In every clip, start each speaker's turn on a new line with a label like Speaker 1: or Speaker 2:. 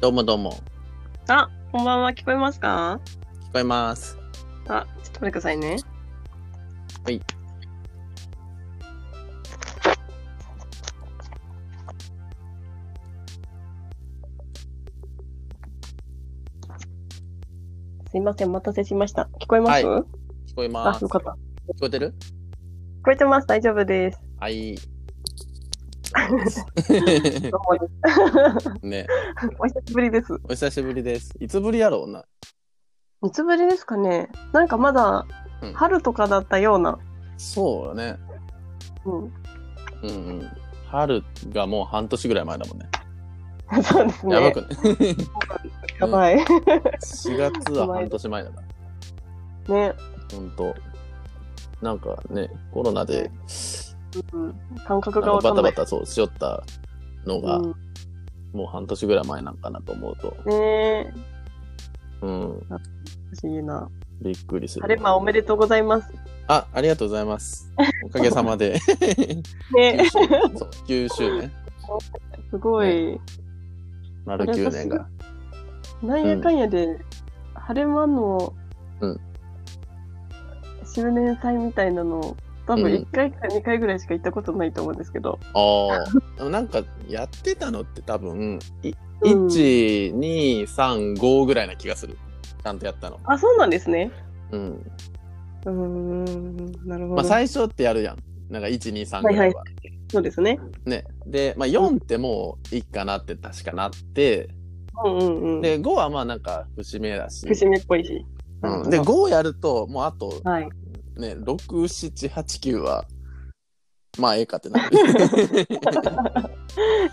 Speaker 1: どうもどうも。
Speaker 2: あ、こんばんは、聞こえますか
Speaker 1: 聞こえます。
Speaker 2: あ、ちょっと待ってくださいね。
Speaker 1: はい。
Speaker 2: すいません、お待たせしました。聞こえます、
Speaker 1: は聞こえま
Speaker 2: あ、
Speaker 1: す。
Speaker 2: よ
Speaker 1: 聞
Speaker 2: かった。聞
Speaker 1: こえてる
Speaker 2: こえてます、大丈夫です。
Speaker 1: はい。
Speaker 2: どうもです
Speaker 1: ね
Speaker 2: お久しぶりです。
Speaker 1: お久しぶりです。いつぶりやろうな。
Speaker 2: いつぶりですかねなんかまだ
Speaker 1: うん、
Speaker 2: 春とかだったような。
Speaker 1: そうよね。
Speaker 2: うん。
Speaker 1: うんうん。春がもう半年ぐらい前だもんね。
Speaker 2: そうですね。
Speaker 1: やばくね。
Speaker 2: やばい。
Speaker 1: 4月は半年前だな。
Speaker 2: ね、
Speaker 1: ほんと。なんかね、コロナで、
Speaker 2: うん。感覚
Speaker 1: なん
Speaker 2: が
Speaker 1: か
Speaker 2: わか
Speaker 1: バタ
Speaker 2: んな
Speaker 1: バ
Speaker 2: い。
Speaker 1: タそうしよったのが、
Speaker 2: うん、
Speaker 1: もう半年ぐらい前なんかなと思うと、
Speaker 2: ねえ、
Speaker 1: うん、
Speaker 2: 不思議な。
Speaker 1: びっくりする。
Speaker 2: 晴れ間おめでとうございます。
Speaker 1: あ、ありがとうございます。おかげさまで。
Speaker 2: ね、
Speaker 1: そう、9周年。
Speaker 2: すごい。
Speaker 1: 丸9年が。
Speaker 2: なんやかんやで、晴れ間の、
Speaker 1: うん周
Speaker 2: 周年祭みたいなの、多
Speaker 1: うん
Speaker 2: 分1回か2回ぐらいしか行ったことないと思うんですけど。
Speaker 1: ああ。でもなんか、やってたのって多分、い
Speaker 2: うん
Speaker 1: 1、2、3、5ぐらいな気がする。ちゃんとやったの。
Speaker 2: あ、そうなんですね。
Speaker 1: うん。
Speaker 2: うーん、なるほど。
Speaker 1: まあ、最初ってやるやん。なんか、1、2、3ぐらいは。
Speaker 2: そうですね。
Speaker 1: ね。で、まあ、4ってもういいかなって確かなって、
Speaker 2: うんうんうん。
Speaker 1: で、5はまあ、なんか、節目だし。
Speaker 2: 節目っぽいし。
Speaker 1: うん、で、5やると、もうあと、
Speaker 2: はい。
Speaker 1: ね、6、7、8、9は、まあ、ええかってな る。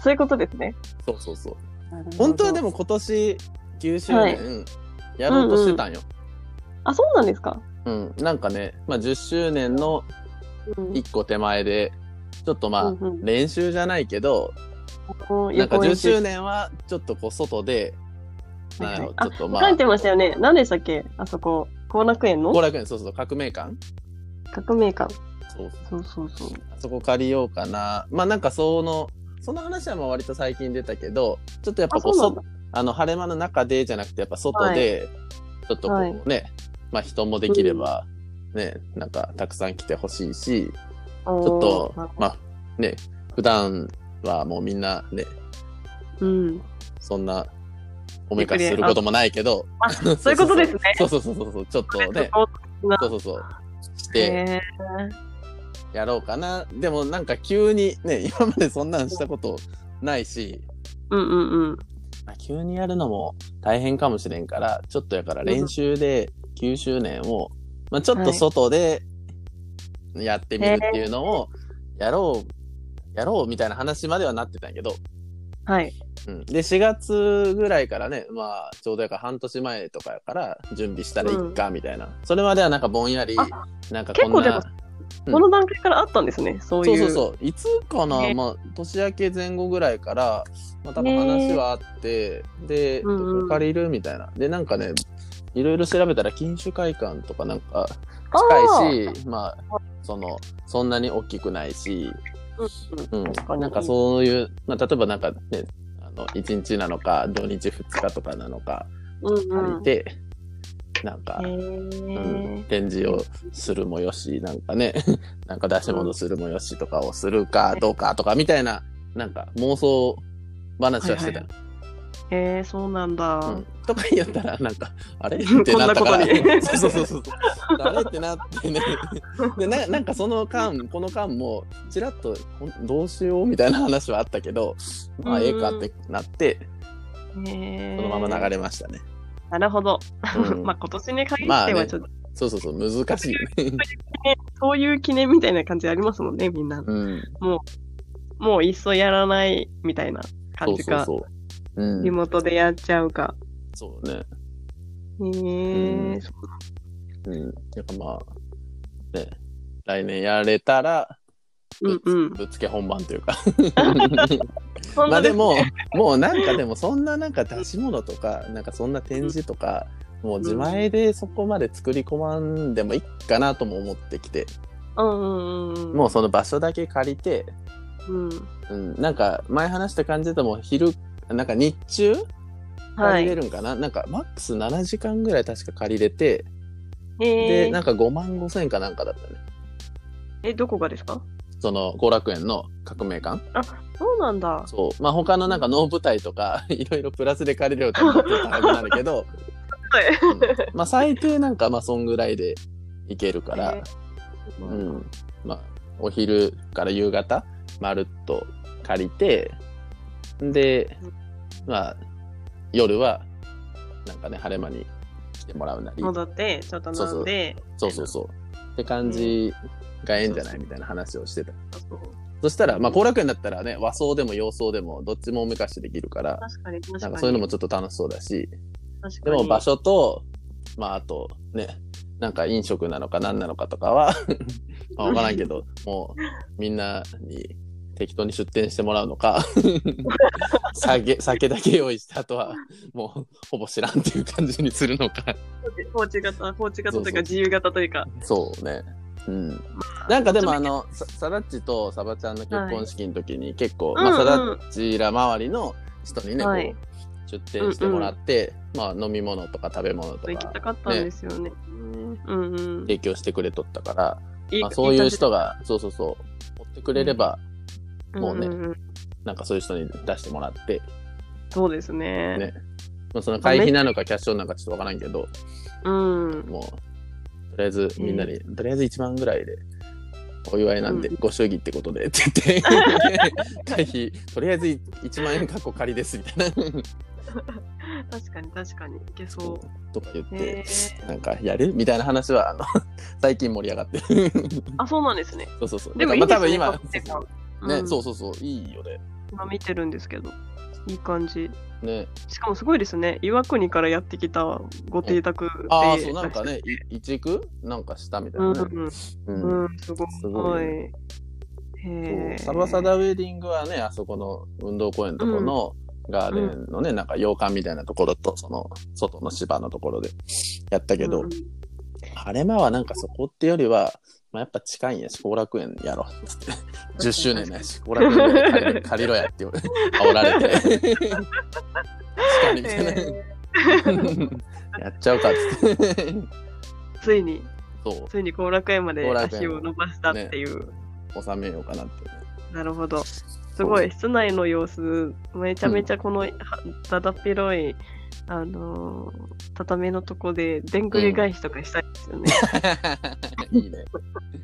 Speaker 2: そういうことですね。
Speaker 1: そうそうそう。本当はで
Speaker 2: も。
Speaker 1: も今年9周年やろうとしてたんよ。
Speaker 2: あ、そうなんですか。
Speaker 1: うん、なんかね、まあ、10周年の
Speaker 2: うん
Speaker 1: 1個手前でちょっとまあ
Speaker 2: うんうん
Speaker 1: 練習じゃないけど、
Speaker 2: こう
Speaker 1: なんか
Speaker 2: 予
Speaker 1: 10
Speaker 2: 行演習
Speaker 1: 周年はちょっとこう外で、
Speaker 2: はいはい
Speaker 1: なんやろ
Speaker 2: あ
Speaker 1: ちょっとま
Speaker 2: 書
Speaker 1: あ
Speaker 2: いてましたよね。何でしたっけあそこ。後楽園
Speaker 1: 後
Speaker 2: の
Speaker 1: 楽園そうそう革命館
Speaker 2: 革命館。
Speaker 1: そう
Speaker 2: そうそうそう。
Speaker 1: あそこ借りようかなまあなんかそのその話はまあ割と最近出たけどちょっとやっぱ
Speaker 2: あ、
Speaker 1: こ
Speaker 2: そううな
Speaker 1: そ
Speaker 2: んだ。
Speaker 1: あの晴れ間の中でじゃなくてやっぱ外で、ちょっとこうね、まあ人もできれば、ねなんかたくさん来てほしいし
Speaker 2: ちょ
Speaker 1: ちょっとまあね普段はもうみんなね
Speaker 2: うん。
Speaker 1: そんなおめかしすることもないけど
Speaker 2: あ、そういうことですね。
Speaker 1: そうそうそうそうそうちょっとねそうそうそうして
Speaker 2: へ
Speaker 1: やろうかな、でもなんか急にね今までそんなんしたことないし
Speaker 2: ーうんうんうん。
Speaker 1: まあ急にやるのも大変かもしれんから、ちょっとやから練習で9周年を、まあ、ちょっと外でやってみるっていうのをやろう、やろうみたいな話まではなってたんやけど、
Speaker 2: はい。
Speaker 1: うん、で、4月ぐらいからね、まあ、ちょうどやから半年前とかやから準備したらいいかみたいな、それまではなんかぼんやり
Speaker 2: あ、
Speaker 1: なんかこ
Speaker 2: 結
Speaker 1: ん
Speaker 2: 構で
Speaker 1: なう
Speaker 2: も、、
Speaker 1: ん
Speaker 2: この段階からあったんですね。そう
Speaker 1: そ
Speaker 2: いうう。
Speaker 1: そうそう、いつかな、
Speaker 2: ね
Speaker 1: まあ、年明け前後ぐらいから、まあ、多分
Speaker 2: ね
Speaker 1: 話はあって、で、
Speaker 2: うんうん
Speaker 1: どこ借りるみたいな。で、なんかね、いろいろ調べたら、禁酒会館とかなんか
Speaker 2: あ
Speaker 1: 近
Speaker 2: ー
Speaker 1: いし、まあ、その、そんなに大きくないし、
Speaker 2: う
Speaker 1: うん
Speaker 2: うん。確か
Speaker 1: ん、
Speaker 2: に
Speaker 1: なんかそういう、まあ、例えばなんかね、あの1日なのか、土日2日とかなのか、
Speaker 2: うんう
Speaker 1: 借
Speaker 2: ん。
Speaker 1: りて、なんか、うん展示をするもよし、なんかね、 なんか出し物するもよしとかをするかどうかとかみたいな、なんか妄想話はしてた。
Speaker 2: はへえ。へえ、そうなんだ。
Speaker 1: うん、とか言ったら、なんか、あ れってなったから、
Speaker 2: こんなことに
Speaker 1: そうそうそうそう、あれってなってね、でななんかその間、この間も、ちらっとほんどうしようみたいな話はあったけど、まあ、
Speaker 2: うん
Speaker 1: ええかってなって、
Speaker 2: へえ
Speaker 1: そのまま流れましたね。
Speaker 2: なるほど。
Speaker 1: うん
Speaker 2: まあ今年に限
Speaker 1: まあ
Speaker 2: って
Speaker 1: ね
Speaker 2: はちょっと、
Speaker 1: そうそうそう、難しいよね。
Speaker 2: そういう記念みたいな感じありますもんね、みんな。
Speaker 1: うん、
Speaker 2: もういっそやらないみたいな
Speaker 1: そ
Speaker 2: 感
Speaker 1: う
Speaker 2: じ
Speaker 1: そう
Speaker 2: か。
Speaker 1: そう。うん
Speaker 2: リ、モートでやっちゃうか。
Speaker 1: そうね。
Speaker 2: へ
Speaker 1: う
Speaker 2: え
Speaker 1: ん。うん。なんかまあ、ね、来年やれたら、
Speaker 2: うんうん。
Speaker 1: ぶっつけ本番という か。
Speaker 2: そん
Speaker 1: ま
Speaker 2: な
Speaker 1: あ
Speaker 2: で
Speaker 1: ですも、もうなんかでもそんななんか出し物とか、なんかそんな展示とか、もう自前でそこまで作り込まんでもいいかなとも思ってきて、
Speaker 2: うんうんうんうん。
Speaker 1: もうその場所だけ借りて、
Speaker 2: うん。
Speaker 1: うん、なんか前話した感じでも昼、なんか日中借りれるんかな、なんかマックス7時間ぐらい確か借りれて、
Speaker 2: え
Speaker 1: でなんか5万5千円かなんかだったね
Speaker 2: え、どこがですか
Speaker 1: その後楽園の革命館
Speaker 2: そうなんだ。
Speaker 1: そうまあ他のなんか能舞台とか いろいろプラスで借りるようになってたらなるけど、 うんまあ最低なんかまあそんぐらいで行けるから、
Speaker 2: えー
Speaker 1: うんまあ、お昼から夕方まるっと借りてで
Speaker 2: うん
Speaker 1: まあ夜はなんかね晴れ間に来てもらうなり
Speaker 2: 戻って、ちょっと飲んで、
Speaker 1: そうそうそうって感じがええんじゃないみたいな話をしてた
Speaker 2: そうそう
Speaker 1: そしたらまあ後楽園だったらね和装でも洋装でもどっちもおめかしできるから
Speaker 2: 確かに、確か
Speaker 1: なん
Speaker 2: に。
Speaker 1: かそういうのもちょっと楽しそうだし
Speaker 2: 確か
Speaker 1: で
Speaker 2: に
Speaker 1: も場所とまああとねなんか飲食なのか何なのかとかは まあ分からんけどもうみんなに適当に出店してもらうの か酒酒だけ用意した後はもうほぼ知らんっていう感じにするのか
Speaker 2: 放置型、放置型と
Speaker 1: そうそ
Speaker 2: いう
Speaker 1: う
Speaker 2: か自由型というか。
Speaker 1: そうねうんなんかでも
Speaker 2: まあ
Speaker 1: あのささらっちとさばちゃんの結婚式の時に結構、
Speaker 2: はい
Speaker 1: まあ、さ
Speaker 2: うんう
Speaker 1: ら
Speaker 2: ん
Speaker 1: っちら周りの人にね、
Speaker 2: はい
Speaker 1: こう出店してもらって、まあ、飲み物とか食べ物と
Speaker 2: 行き
Speaker 1: か
Speaker 2: たかったんですよね。うんうん。
Speaker 1: 提供してくれとったから、
Speaker 2: いい
Speaker 1: まあ、そういう人がそうそうそう持ってくれれば、もうね
Speaker 2: んんん
Speaker 1: なんかそういう人に出してもらって、
Speaker 2: そうですね。
Speaker 1: ねまあ、その会費なのかキャッシュオンなのかちょっとわからんけど
Speaker 2: うん。
Speaker 1: もうとりあえずみんなに、とりあえず1万ぐらいで。お祝いなんで、
Speaker 2: う
Speaker 1: ご祝儀ってことでって言って 会費とりあえず1万円かっこ仮ですみたいな
Speaker 2: 確かに確かに。いけそ
Speaker 1: とか言っ
Speaker 2: う。
Speaker 1: て
Speaker 2: へ、
Speaker 1: なんかやるみたいな話はあの 最近盛り上がってる
Speaker 2: あ、そうなんですね。
Speaker 1: そうそうそう
Speaker 2: でもい
Speaker 1: だ
Speaker 2: いで
Speaker 1: から
Speaker 2: すね。
Speaker 1: まあ多
Speaker 2: カプ
Speaker 1: 分
Speaker 2: セル
Speaker 1: 今、
Speaker 2: 感
Speaker 1: ね
Speaker 2: うん
Speaker 1: そうそうそういいよね
Speaker 2: 今見てるんですけど。いい感じ。
Speaker 1: ね
Speaker 2: しかもすごいですね。岩国からやってきたご邸宅で。
Speaker 1: ああそうなんかねいいちくなんかしたみたい
Speaker 2: うん
Speaker 1: な
Speaker 2: う
Speaker 1: ね、
Speaker 2: ん。
Speaker 1: うん
Speaker 2: うん、すごい。
Speaker 1: すごいね
Speaker 2: へえ。
Speaker 1: そうサバサダウェディングはねあそこの運動公園のとこのガーデンのね、なんか洋館みたいなところとその外の芝のところでやったけど、
Speaker 2: うんうん
Speaker 1: 晴れ間はなんかそこってよりは、まあ、やっぱ近いんやし後楽園やろっつっ て10周年だし後楽園で借りろ借りろやって煽られて確かにみたいな、
Speaker 2: へ
Speaker 1: やっちゃうかっつって
Speaker 2: ーついに、
Speaker 1: そ
Speaker 2: ついに後楽園まで
Speaker 1: 後楽園
Speaker 2: 足を伸ばしたっていう。
Speaker 1: う収めようかなってね
Speaker 2: なるほど。すごい、室内の様子、めちゃめちゃこの、はだだっ広い、あのー畳のとこで、でんぐり返しとかしたいですよね。
Speaker 1: いいね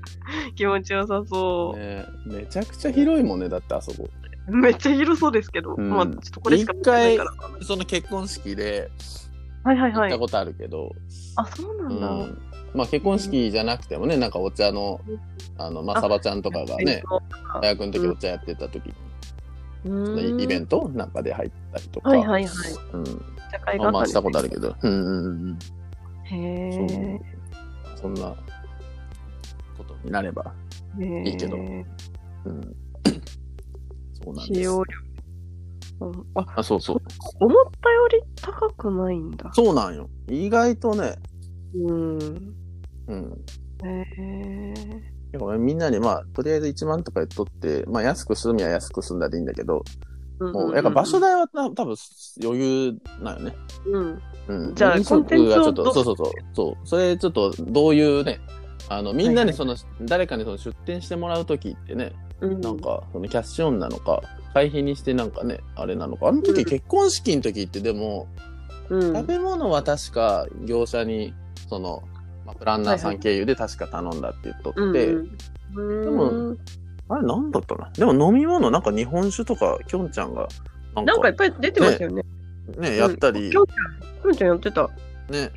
Speaker 2: 気持ちよさそう、
Speaker 1: ねめちゃくちゃ広いもんねだってあそこ
Speaker 2: めっちゃ広そうですけど、
Speaker 1: うん
Speaker 2: まあ、ちょっとこれしか見てないから。
Speaker 1: その結婚式で
Speaker 2: はいはい
Speaker 1: 行
Speaker 2: は
Speaker 1: った
Speaker 2: い。
Speaker 1: ことあるけど、
Speaker 2: あ、そうなんだ。
Speaker 1: うんまあ、結婚式じゃなくてもねなんかお茶のあの、まあ、
Speaker 2: あ
Speaker 1: サバちゃんとかがね大学の時
Speaker 2: うん
Speaker 1: お茶やってた時に、
Speaker 2: うん、
Speaker 1: のイイベン
Speaker 2: ト
Speaker 1: トなんかで入ったりとか、
Speaker 2: はいはいはい。
Speaker 1: うん、
Speaker 2: 茶会
Speaker 1: ま
Speaker 2: が
Speaker 1: あま
Speaker 2: あ
Speaker 1: あ
Speaker 2: っ
Speaker 1: したた
Speaker 2: り
Speaker 1: ことと
Speaker 2: か
Speaker 1: あるけど、うんうんうん、
Speaker 2: へ
Speaker 1: そう
Speaker 2: え。
Speaker 1: そんなことになれば、いいけど
Speaker 2: へ
Speaker 1: うん、そう
Speaker 2: ー
Speaker 1: なん
Speaker 2: 使
Speaker 1: です。
Speaker 2: 用量。うんあ、
Speaker 1: あそうそう
Speaker 2: 思ったより高くないんだ。
Speaker 1: そうなんよ意外とね、
Speaker 2: うん。
Speaker 1: うん、
Speaker 2: へえ。
Speaker 1: だからみんなにまあとりあえず1万とか言っとって、まあ、安く済みは安く済んだらいいんだけどもうやっぱ場所
Speaker 2: だ。
Speaker 1: 代はた多分余裕なんよね。
Speaker 2: うん。
Speaker 1: うん、
Speaker 2: じゃあ
Speaker 1: 飲食
Speaker 2: コンテンツを
Speaker 1: がちょっと
Speaker 2: ど
Speaker 1: そうそうそうそうそれちょっとどういうねあのみんな
Speaker 2: は
Speaker 1: に
Speaker 2: いはい
Speaker 1: その、誰かにその出店してもらう時ってね
Speaker 2: うん
Speaker 1: なんかそのキャッシュオンなのか会費にしてなんかねあれなのかあの時
Speaker 2: うん
Speaker 1: 結婚式の時ってでも、
Speaker 2: うん、
Speaker 1: 食べ物は確か業者にその、まあ、プランナーさ
Speaker 2: はい
Speaker 1: ん
Speaker 2: は
Speaker 1: 経由で確か頼んだって言っとって、
Speaker 2: うん、
Speaker 1: でもあれなんだったのでも飲み物なんか日本酒とかきょんちゃんがなん
Speaker 2: なんか
Speaker 1: か
Speaker 2: いっぱい出てましたよね。
Speaker 1: ねやったり、
Speaker 2: きょんちゃん、きょんちゃんやってた。
Speaker 1: ね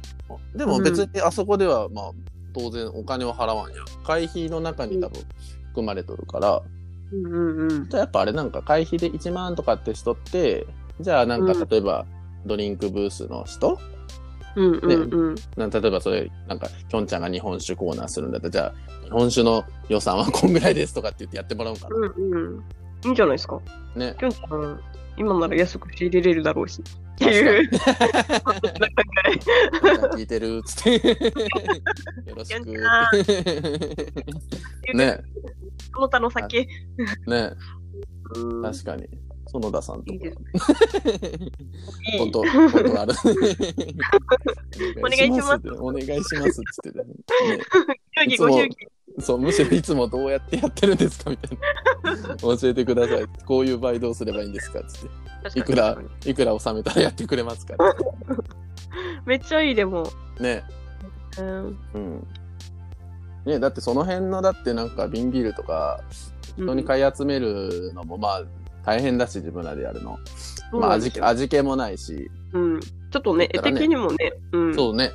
Speaker 1: でも別にあそこではまあ当然お金を払わんやん会費の中に多分含まれとるから、
Speaker 2: うんうんうん。
Speaker 1: やっぱあれなんか会費で1万とかって人ってじゃあなんか
Speaker 2: うん
Speaker 1: 例えばドリンクブースの人、
Speaker 2: うんうんうん。
Speaker 1: なんか例えばそれなんかきょんちゃんが日本酒コーナーするんだったらじゃあ日本酒の予算はこんぐらいですとかって言ってやってもらうんかな、
Speaker 2: うんうん。いいんじゃないですか。
Speaker 1: ね
Speaker 2: きょんちゃん、今なら安く仕入れれるだろうし。っていう。なんか
Speaker 1: 聞いてるっつって よろしく
Speaker 2: きょんちゃ
Speaker 1: ね
Speaker 2: この他の酒。
Speaker 1: ね
Speaker 2: うん
Speaker 1: 確かに園田さんと
Speaker 2: いいですね。い
Speaker 1: こ
Speaker 2: い
Speaker 1: と、ことある。
Speaker 2: お願いします
Speaker 1: ってお願いしますって言ってたね。ね
Speaker 2: 祝儀ご祝儀。
Speaker 1: そう、むしろいつもどうやってやってるんですかみたい な。教えてください。こういう場合どうすればいいんですかつっ
Speaker 2: 確
Speaker 1: て。い
Speaker 2: か
Speaker 1: く
Speaker 2: に
Speaker 1: ら
Speaker 2: 確かに、
Speaker 1: いくら納めたらやってくれますから。
Speaker 2: めっちゃいいでも。
Speaker 1: ね。
Speaker 2: うん。
Speaker 1: うん。ねだってその辺の、だってなんか瓶ビールとか、人に買い集めるのもまあ大変だし、自分らでやるの。
Speaker 2: うん
Speaker 1: まあ味気、味気もないし。
Speaker 2: うん。ちょっとね、絵
Speaker 1: だからね
Speaker 2: 的にもね、うん。
Speaker 1: そうね。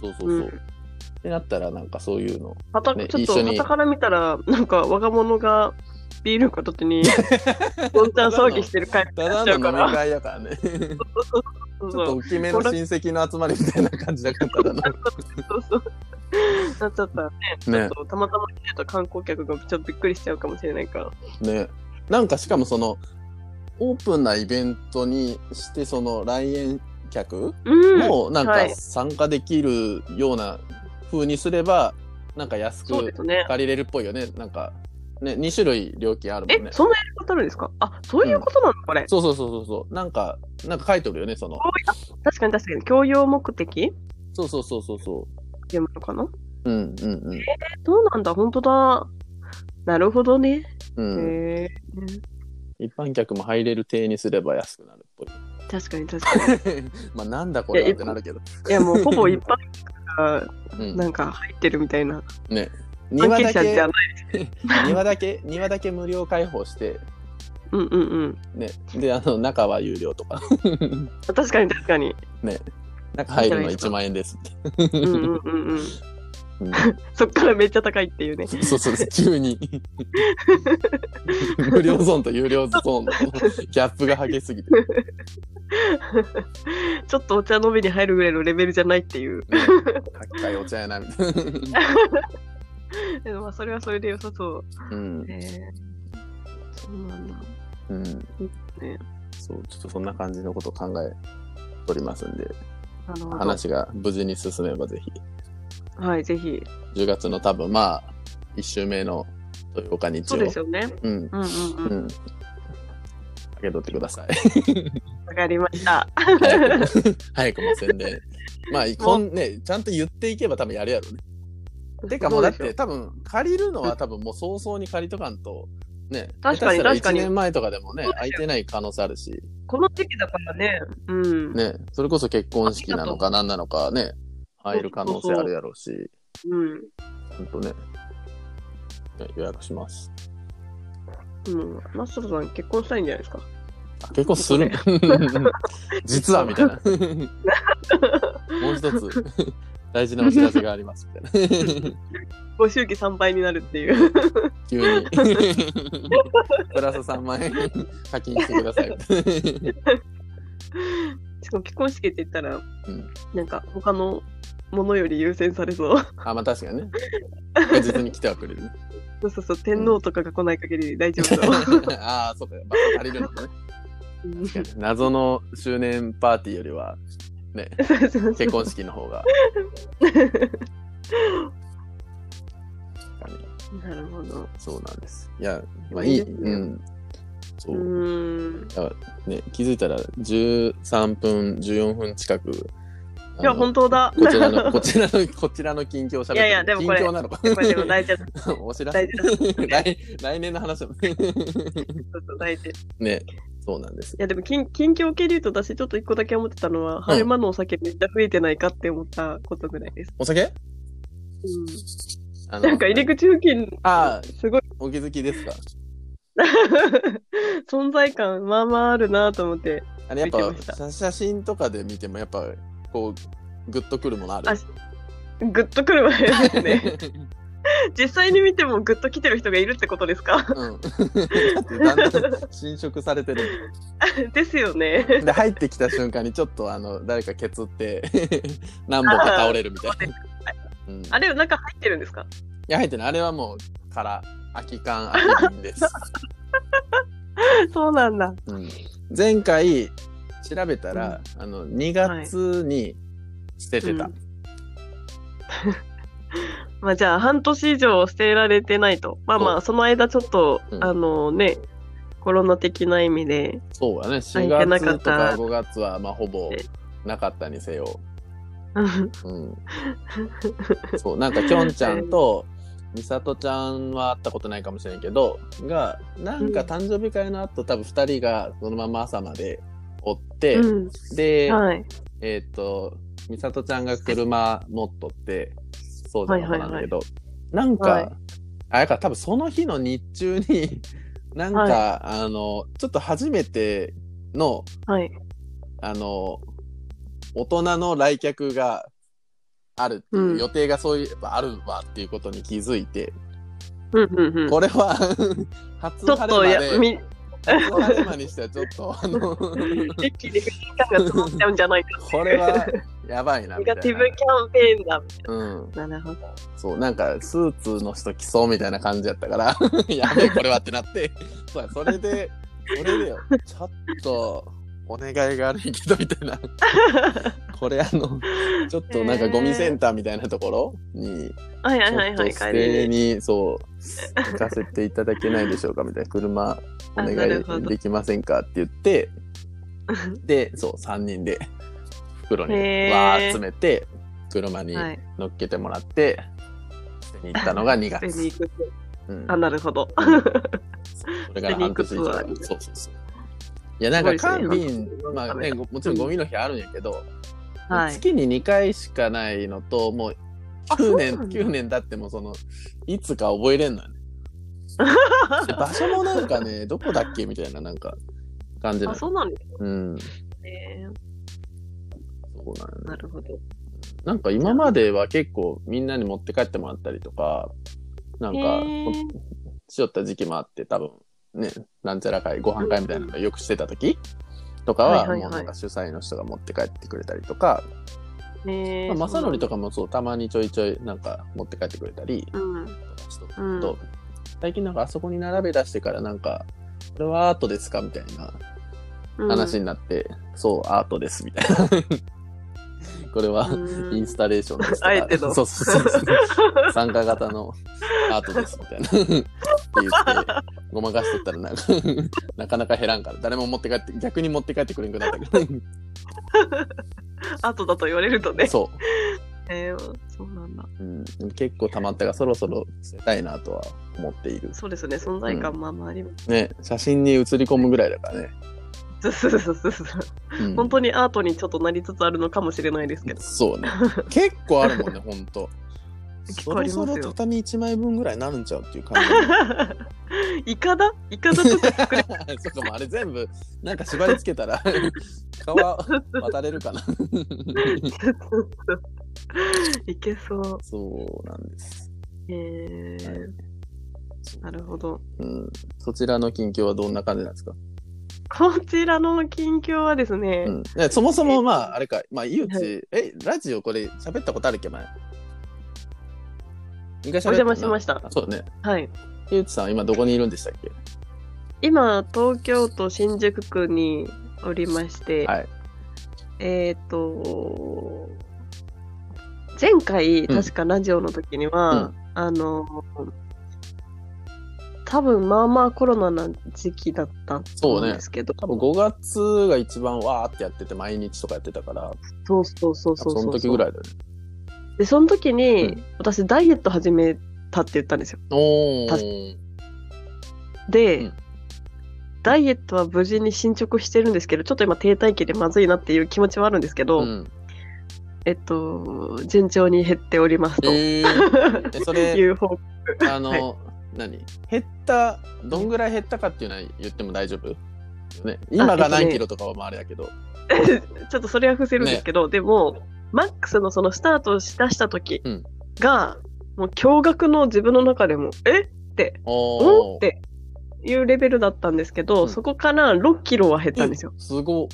Speaker 1: そうそうそう。
Speaker 2: うん
Speaker 1: ってなったら、なんかそういうの。
Speaker 2: はた
Speaker 1: ね
Speaker 2: ちょっ
Speaker 1: 一緒
Speaker 2: と、
Speaker 1: に
Speaker 2: はから見たら、なんか、我が物がビール片 手に、どんちゃん騒ぎしてる回に
Speaker 1: た
Speaker 2: な
Speaker 1: だ
Speaker 2: っちゃ
Speaker 1: の
Speaker 2: うか
Speaker 1: 飲み
Speaker 2: ら。
Speaker 1: 会やからね。ち
Speaker 2: そう
Speaker 1: ょっと
Speaker 2: そう
Speaker 1: 大きめの親戚の集まりみたいな感じだから、 ただの。
Speaker 2: そうそう。なっちゃったらね、
Speaker 1: ね
Speaker 2: ちょっとたまたま来てた観光客がちょっとびっくりしちゃうかもしれないから。
Speaker 1: ねなんかしかもそのオープンなイベントにしてその来園客
Speaker 2: うん。
Speaker 1: もなん
Speaker 2: は
Speaker 1: か
Speaker 2: い
Speaker 1: 参加できるような風にすればなんか安
Speaker 2: そうで
Speaker 1: く
Speaker 2: すね。
Speaker 1: 借りれるっぽいよねなんかね2種類料金ある
Speaker 2: え、
Speaker 1: もんね
Speaker 2: そんなやり方あるんですかあ、そういうことなの、これ。
Speaker 1: そうそうそうそうそうなんかなんか書いてるよねその
Speaker 2: 確かに確かに、教養目的
Speaker 1: そうそうそうそうそ
Speaker 2: でものかな
Speaker 1: ううんうん
Speaker 2: そうなんだ、本当だ。なるほどね。
Speaker 1: うんうん
Speaker 2: へえ。
Speaker 1: 一般客も入れる体にすれば安くなるっ ぽい
Speaker 2: 確かに確 かに。
Speaker 1: まあなんだこれはってなるけど
Speaker 2: いや、もうほぼ一般が
Speaker 1: うん
Speaker 2: なんか入ってるみたいな。関
Speaker 1: 庭だけ
Speaker 2: 係者じゃない。
Speaker 1: 庭だけ庭だけ無料開放して
Speaker 2: うんうんうん。
Speaker 1: ね、であの中は有料とか
Speaker 2: 確かに確かに。
Speaker 1: 中入るの1万円ですって
Speaker 2: うんうんうんうん。
Speaker 1: うん
Speaker 2: そっからめっちゃ高いっていうね。
Speaker 1: そうそう です急に無料ゾーンと有料ゾーンのギャップが激す ぎて、
Speaker 2: ちょっとお茶飲みに入るぐらいのレベルじゃないっていう。
Speaker 1: ね、高いお茶やなみたいな、
Speaker 2: でもまあそれはそれで良さそう。
Speaker 1: うん
Speaker 2: へえ。そうなんだ。
Speaker 1: うんそうちょっとそんな感じのことを考えておりますんで
Speaker 2: なるほど。
Speaker 1: 話が無事に進めばぜ
Speaker 2: はい、ぜひ。
Speaker 1: ひ10月の多分まあ1週目の豊岡日
Speaker 2: そう
Speaker 1: 曜
Speaker 2: ですよね。
Speaker 1: うん
Speaker 2: うんうんう。
Speaker 1: うんん駆け取ってください
Speaker 2: わかりました。
Speaker 1: 早く早くも宣伝。 まあ、こんね、ちゃんと言っていけば多分やるやろうね。てかもうだっ
Speaker 2: そで
Speaker 1: て
Speaker 2: し
Speaker 1: 多分借りるのは多分もう早々に借りとかんと、ね、
Speaker 2: 確かに
Speaker 1: 下手
Speaker 2: 確
Speaker 1: した
Speaker 2: からに
Speaker 1: 1年前とかでもね
Speaker 2: そう、です
Speaker 1: 空いてない可能性あるし、
Speaker 2: ょこの時期だからね。うん。
Speaker 1: ね、それこそ結婚式なのか何なのかね、入る可能性あるやろうし、
Speaker 2: うん。
Speaker 1: ほんとね、ね予約します。
Speaker 2: うん。マスターさん結婚したいんじゃないですか。
Speaker 1: あ結婚する 実はみたいな。もう一つ、大事なお知らせがありますみ たいな。
Speaker 2: ご祝儀3倍になるっていう。
Speaker 1: 急にプラス3万円課金してくだ さい
Speaker 2: しかも結婚式って言ったら、
Speaker 1: ん
Speaker 2: なんか他のものより優先されそう。
Speaker 1: あまあ確かにね確実に来てはくれるね
Speaker 2: そうそうそう、天皇とかが来ない限り大丈夫そう。
Speaker 1: ああそうかまあ借りるのね
Speaker 2: うん
Speaker 1: 確かに謎の周年パーティーよりはね
Speaker 2: そうそうそう
Speaker 1: 結婚式の方 が確かに
Speaker 2: なるほど。
Speaker 1: そうなんですいやまあいい
Speaker 2: いいですね
Speaker 1: うんそうう
Speaker 2: ーん。
Speaker 1: ね気づいたら13分14分近く
Speaker 2: いや、
Speaker 1: あの
Speaker 2: 本当だ。
Speaker 1: こちらの、こ ちらの、こちらの近況をしゃべってる
Speaker 2: いやいやでもこれ
Speaker 1: 近況なのか。
Speaker 2: これで も大事な、
Speaker 1: お知らせ
Speaker 2: 大。事な、そ う
Speaker 1: 来来年の話だもん
Speaker 2: そう大事。い
Speaker 1: ね、そうなんです。
Speaker 2: や、でも近、近況系で言うと、私ちょっと一個だけ思ってたのは、晴れ間のお酒めっちゃ増えてないかって思ったことぐらいです。
Speaker 1: お酒
Speaker 2: うん
Speaker 1: あの
Speaker 2: なんか入り口付近、
Speaker 1: ああ、
Speaker 2: すごい
Speaker 1: お気づきですか
Speaker 2: 存在感まあまああるなと思って。
Speaker 1: あれやっ
Speaker 2: 見てまし
Speaker 1: ぱ
Speaker 2: た
Speaker 1: 写写真とかで見てもやっぱこうグッとくるものある。
Speaker 2: あグッとくるわけで すね。実際に見てもグッと来てる人がいるってことですか
Speaker 1: うん。 だってだんだん 侵食されてる。
Speaker 2: ですよね。
Speaker 1: で入ってきた瞬間にちょっとあの誰かケツって 何本か倒れるみたいな。うん、い
Speaker 2: あれ、中入ってるんですか
Speaker 1: や入ってないあれはもう空空き缶空き瓶です。
Speaker 2: そうなんだ。
Speaker 1: うん前回調べたら、あの2月に捨ててた、
Speaker 2: うんまあじゃあ半年以上捨てられてないと。まあまあその間ちょっと、
Speaker 1: うん
Speaker 2: あのね、コロナ的な意味で、
Speaker 1: そうやね。4
Speaker 2: 行けなか
Speaker 1: 月と
Speaker 2: った
Speaker 1: か5月は、まあ、ほぼ
Speaker 2: え
Speaker 1: なかったにせよ。うん。そう、なんか、きょんちゃんと、みさとちゃんは会ったことないかもしれんけど、が、なんか誕生日会の後、多分二人がそのまま朝までおって、
Speaker 2: うん、
Speaker 1: で、
Speaker 2: はい、
Speaker 1: えっ、と、みさとちゃんが車持っとって、そうじゃなかったんだけど、なんか、
Speaker 2: はい
Speaker 1: あ、だから多分その日の日中に、 なんか、
Speaker 2: は
Speaker 1: あの、ちょっと初めての、
Speaker 2: はい。
Speaker 1: あの、大人の来客があるっていう、
Speaker 2: うん
Speaker 1: 予定がそういえばあるわっていうことに気づいて、
Speaker 2: うんうんうん。ち
Speaker 1: これ は、初晴
Speaker 2: ょっ
Speaker 1: れま
Speaker 2: とや
Speaker 1: で、
Speaker 2: み
Speaker 1: 初晴れまにしてはちょっと、あの、
Speaker 2: 一気に不信感が詰まっちゃうんじ ゃないか。
Speaker 1: これはやばいな
Speaker 2: ネ
Speaker 1: みた
Speaker 2: ガ
Speaker 1: いな。
Speaker 2: ティブキャンペーンだ。
Speaker 1: うん。
Speaker 2: なるほど。
Speaker 1: そう、なんかスーツの人着そうみたいな感じやったから、 やべえ、これはってなって、 そうやそれで、それでよ、ちょっとお願いがあるんやけど、み たいな。これあの、ちょっとなんかゴミセンターみたいなところに、
Speaker 2: はい
Speaker 1: ち
Speaker 2: はいは
Speaker 1: ょ
Speaker 2: い
Speaker 1: っ
Speaker 2: は
Speaker 1: と
Speaker 2: い。
Speaker 1: ス
Speaker 2: 帰
Speaker 1: テ
Speaker 2: りに。
Speaker 1: に、そう、行かせていただけないでしょうか、みたいな。車、お願
Speaker 2: あなるほ
Speaker 1: い
Speaker 2: ど
Speaker 1: できませんかって言って、で、そう、3人で袋に
Speaker 2: へー
Speaker 1: わー詰めて、車に
Speaker 2: はい。
Speaker 1: 乗っけてもらって、捨てに行ったのが2
Speaker 2: それ
Speaker 1: 月。
Speaker 2: に行くと
Speaker 1: うん
Speaker 2: あ、なるほど。
Speaker 1: それから半年以上
Speaker 2: 手に行くツア
Speaker 1: そ
Speaker 2: ー
Speaker 1: うそうそういやなんか
Speaker 2: す
Speaker 1: 官
Speaker 2: ごいです
Speaker 1: 民
Speaker 2: ね
Speaker 1: まあねごもちろんゴミの日あるんやけど、
Speaker 2: はい。
Speaker 1: 月に2回しかないのともう
Speaker 2: あ
Speaker 1: 9
Speaker 2: そうな
Speaker 1: 年
Speaker 2: んだ
Speaker 1: 九年経ってもそのいつか覚えれん のよねで場所もなんかねどこだっけみたいななんか感じな
Speaker 2: あ、
Speaker 1: の
Speaker 2: そうなんです
Speaker 1: うん
Speaker 2: ね。
Speaker 1: そうなんよね
Speaker 2: なるほど。
Speaker 1: なんか今までは結構みんなに持って帰ってもらったりとかなん
Speaker 2: へ
Speaker 1: か
Speaker 2: ー
Speaker 1: しよった時期もあって多分ねなんちゃら会ご飯会みたいなのがよくしてた時とか
Speaker 2: はい
Speaker 1: は
Speaker 2: はいはい
Speaker 1: もうなんか主催の人が持って帰ってくれたりとか
Speaker 2: ね
Speaker 1: まあ正則と
Speaker 2: か。
Speaker 1: かもそうたまにちょいちょいなんか持って帰ってくれたり
Speaker 2: うん。
Speaker 1: とかしとったけ
Speaker 2: うん。
Speaker 1: ど最近なんかあそこに並べ出してからなんかこれはアートですかみたいな
Speaker 2: うん
Speaker 1: 話。になって、そうアートですみたいなこれは
Speaker 2: うん
Speaker 1: インスタレーションですとか
Speaker 2: あえての
Speaker 1: そうそうそうそう参加型のアートですみたいなって言ってごまかしとったらなん かなかなか減らんから誰も持って帰って逆に持って帰ってくれんくなったけ
Speaker 2: 後だと言われると
Speaker 1: ど
Speaker 2: ね。
Speaker 1: そ
Speaker 2: えーそうなんだ。
Speaker 1: う、うん、でも結構たまったがそろそろ捨てたいなとは思っている
Speaker 2: そうですね。存在感まあまああります。
Speaker 1: ね写真に写り込むぐらいだからね、
Speaker 2: そうそうそうそうそう。
Speaker 1: うん、
Speaker 2: 本当にアートにちょっとなりつつあるのかもしれないですけど。
Speaker 1: そうね結構あるもんね本当
Speaker 2: 結
Speaker 1: そ
Speaker 2: 構
Speaker 1: ろ
Speaker 2: あります
Speaker 1: そ
Speaker 2: よ
Speaker 1: ろ畳1枚分ぐらいなるんちゃうっていう感じ
Speaker 2: イカだイカだとか 作れ
Speaker 1: そっかもうあれ全部なんか縛り付けたら 川渡れるかな
Speaker 2: いけそう。
Speaker 1: そうなんです
Speaker 2: えー
Speaker 1: は
Speaker 2: なるほど。
Speaker 1: うん、そちらの近況はどんな感じなんですか、
Speaker 2: こちらの近況はですね、
Speaker 1: うん、ねそもそ
Speaker 2: えっ
Speaker 1: も
Speaker 2: と
Speaker 1: まああれか、まあ、ゆうち、
Speaker 2: は
Speaker 1: え、ラジオこれ喋ったことあるっけ前。一回
Speaker 2: お
Speaker 1: 喋。
Speaker 2: 邪魔しましたた。
Speaker 1: あそうだね。
Speaker 2: はい。
Speaker 1: ゆうちさんは今どこにいるんでしたっけ
Speaker 2: 今、東京都新宿区におりまして、
Speaker 1: はい
Speaker 2: えっ、と、前回、
Speaker 1: うん
Speaker 2: 確かラジオの時には、あの、多分まあまあコロナな時期だったと思うんですけど、
Speaker 1: 多分5月が一番わーってやってて毎日とかやってたから、
Speaker 2: そうそうそう
Speaker 1: 多
Speaker 2: そう
Speaker 1: 分その時ぐらいだよね。
Speaker 2: で、その時に、
Speaker 1: うん
Speaker 2: 私ダイエット始めたって言ったんですよ。
Speaker 1: お
Speaker 2: 確
Speaker 1: ー。
Speaker 2: で、
Speaker 1: うん
Speaker 2: ダイエットは無事に進捗してるんですけど、ちょっと今停滞期でまずいなっていう気持ちはあるんですけど、
Speaker 1: うん、
Speaker 2: えっと、順調に減っておりますと。
Speaker 1: え ー、えそ
Speaker 2: い
Speaker 1: れ、
Speaker 2: う方
Speaker 1: あの、
Speaker 2: はい
Speaker 1: 何減った、どんぐらい減ったかっていうのは言っても大丈夫ね、今が何キロとかはまああれだけど。
Speaker 2: ちょっとそれは伏せるんですけど、でも、マックスのそのスタートをしだした時
Speaker 1: うん
Speaker 2: が、もう驚愕の自分の中でも、えうん
Speaker 1: お
Speaker 2: っ
Speaker 1: ー。
Speaker 2: ていうレベルだったんですけど、
Speaker 1: うん
Speaker 2: そこから6キロは減ったんですよ。
Speaker 1: すごっ。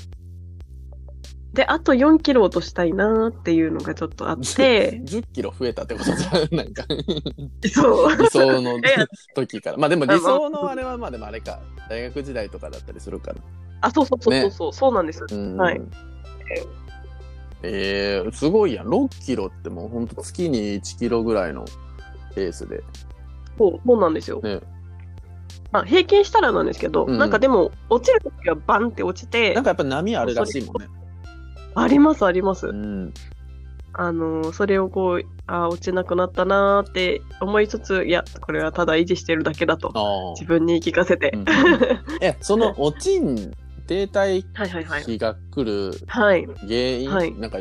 Speaker 2: で、あと4キロ落としたいなーっていうのがちょっとあっ て、
Speaker 1: 10キロ増えたってことじゃんなんか
Speaker 2: そう。
Speaker 1: 理想の
Speaker 2: え
Speaker 1: 時からまあでも理想のあれはまあでもあれか大学時代とかだったりするから
Speaker 2: あ、そうそうそうそうそう、そうなんですよ。
Speaker 1: うん
Speaker 2: はい
Speaker 1: えー、すごいやん6キロってもうほんと月に1キロぐらいのペースで
Speaker 2: そうそうなんですよ。
Speaker 1: ね
Speaker 2: あ平均したらなんですけど、
Speaker 1: うん
Speaker 2: なんかでも落ちるときはバンって落ちて
Speaker 1: なんかやっぱ波あるらしいもんね。
Speaker 2: ありますあります、
Speaker 1: うん。
Speaker 2: あのそれをこうあー落ちなくなったなーって思いつついやこれはただ維持してるだけだと
Speaker 1: ああ。
Speaker 2: 自分に言い聞かせて、
Speaker 1: うんえ、その落ちん停滞
Speaker 2: はいはいはい
Speaker 1: 期が来る
Speaker 2: はい
Speaker 1: 原因、
Speaker 2: はい
Speaker 1: なんか、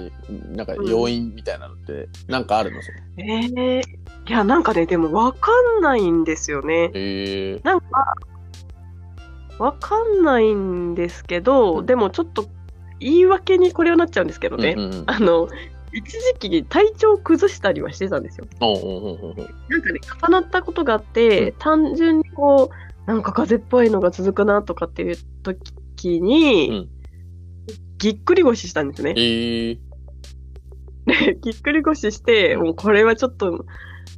Speaker 1: なんか要因みたいなのって、なんかあるのそれ
Speaker 2: えー、いやなんかねでも分かんないんですよね
Speaker 1: へえ
Speaker 2: なんか分かんないんですけど、
Speaker 1: うん
Speaker 2: でもちょっと言い訳にこれはなっちゃうんですけどね、
Speaker 1: うんうんうん
Speaker 2: あの一時期体調崩したりはしてたんですよ
Speaker 1: おうおうおうおう
Speaker 2: なんかね、重なったことがあって、
Speaker 1: う
Speaker 2: 単純にこう、なんか風邪っぽいのが続くなとかっていう時に、
Speaker 1: うん
Speaker 2: ぎっくり腰したんですね。
Speaker 1: ええ
Speaker 2: ぎっくり腰して、もうこれはちょっと、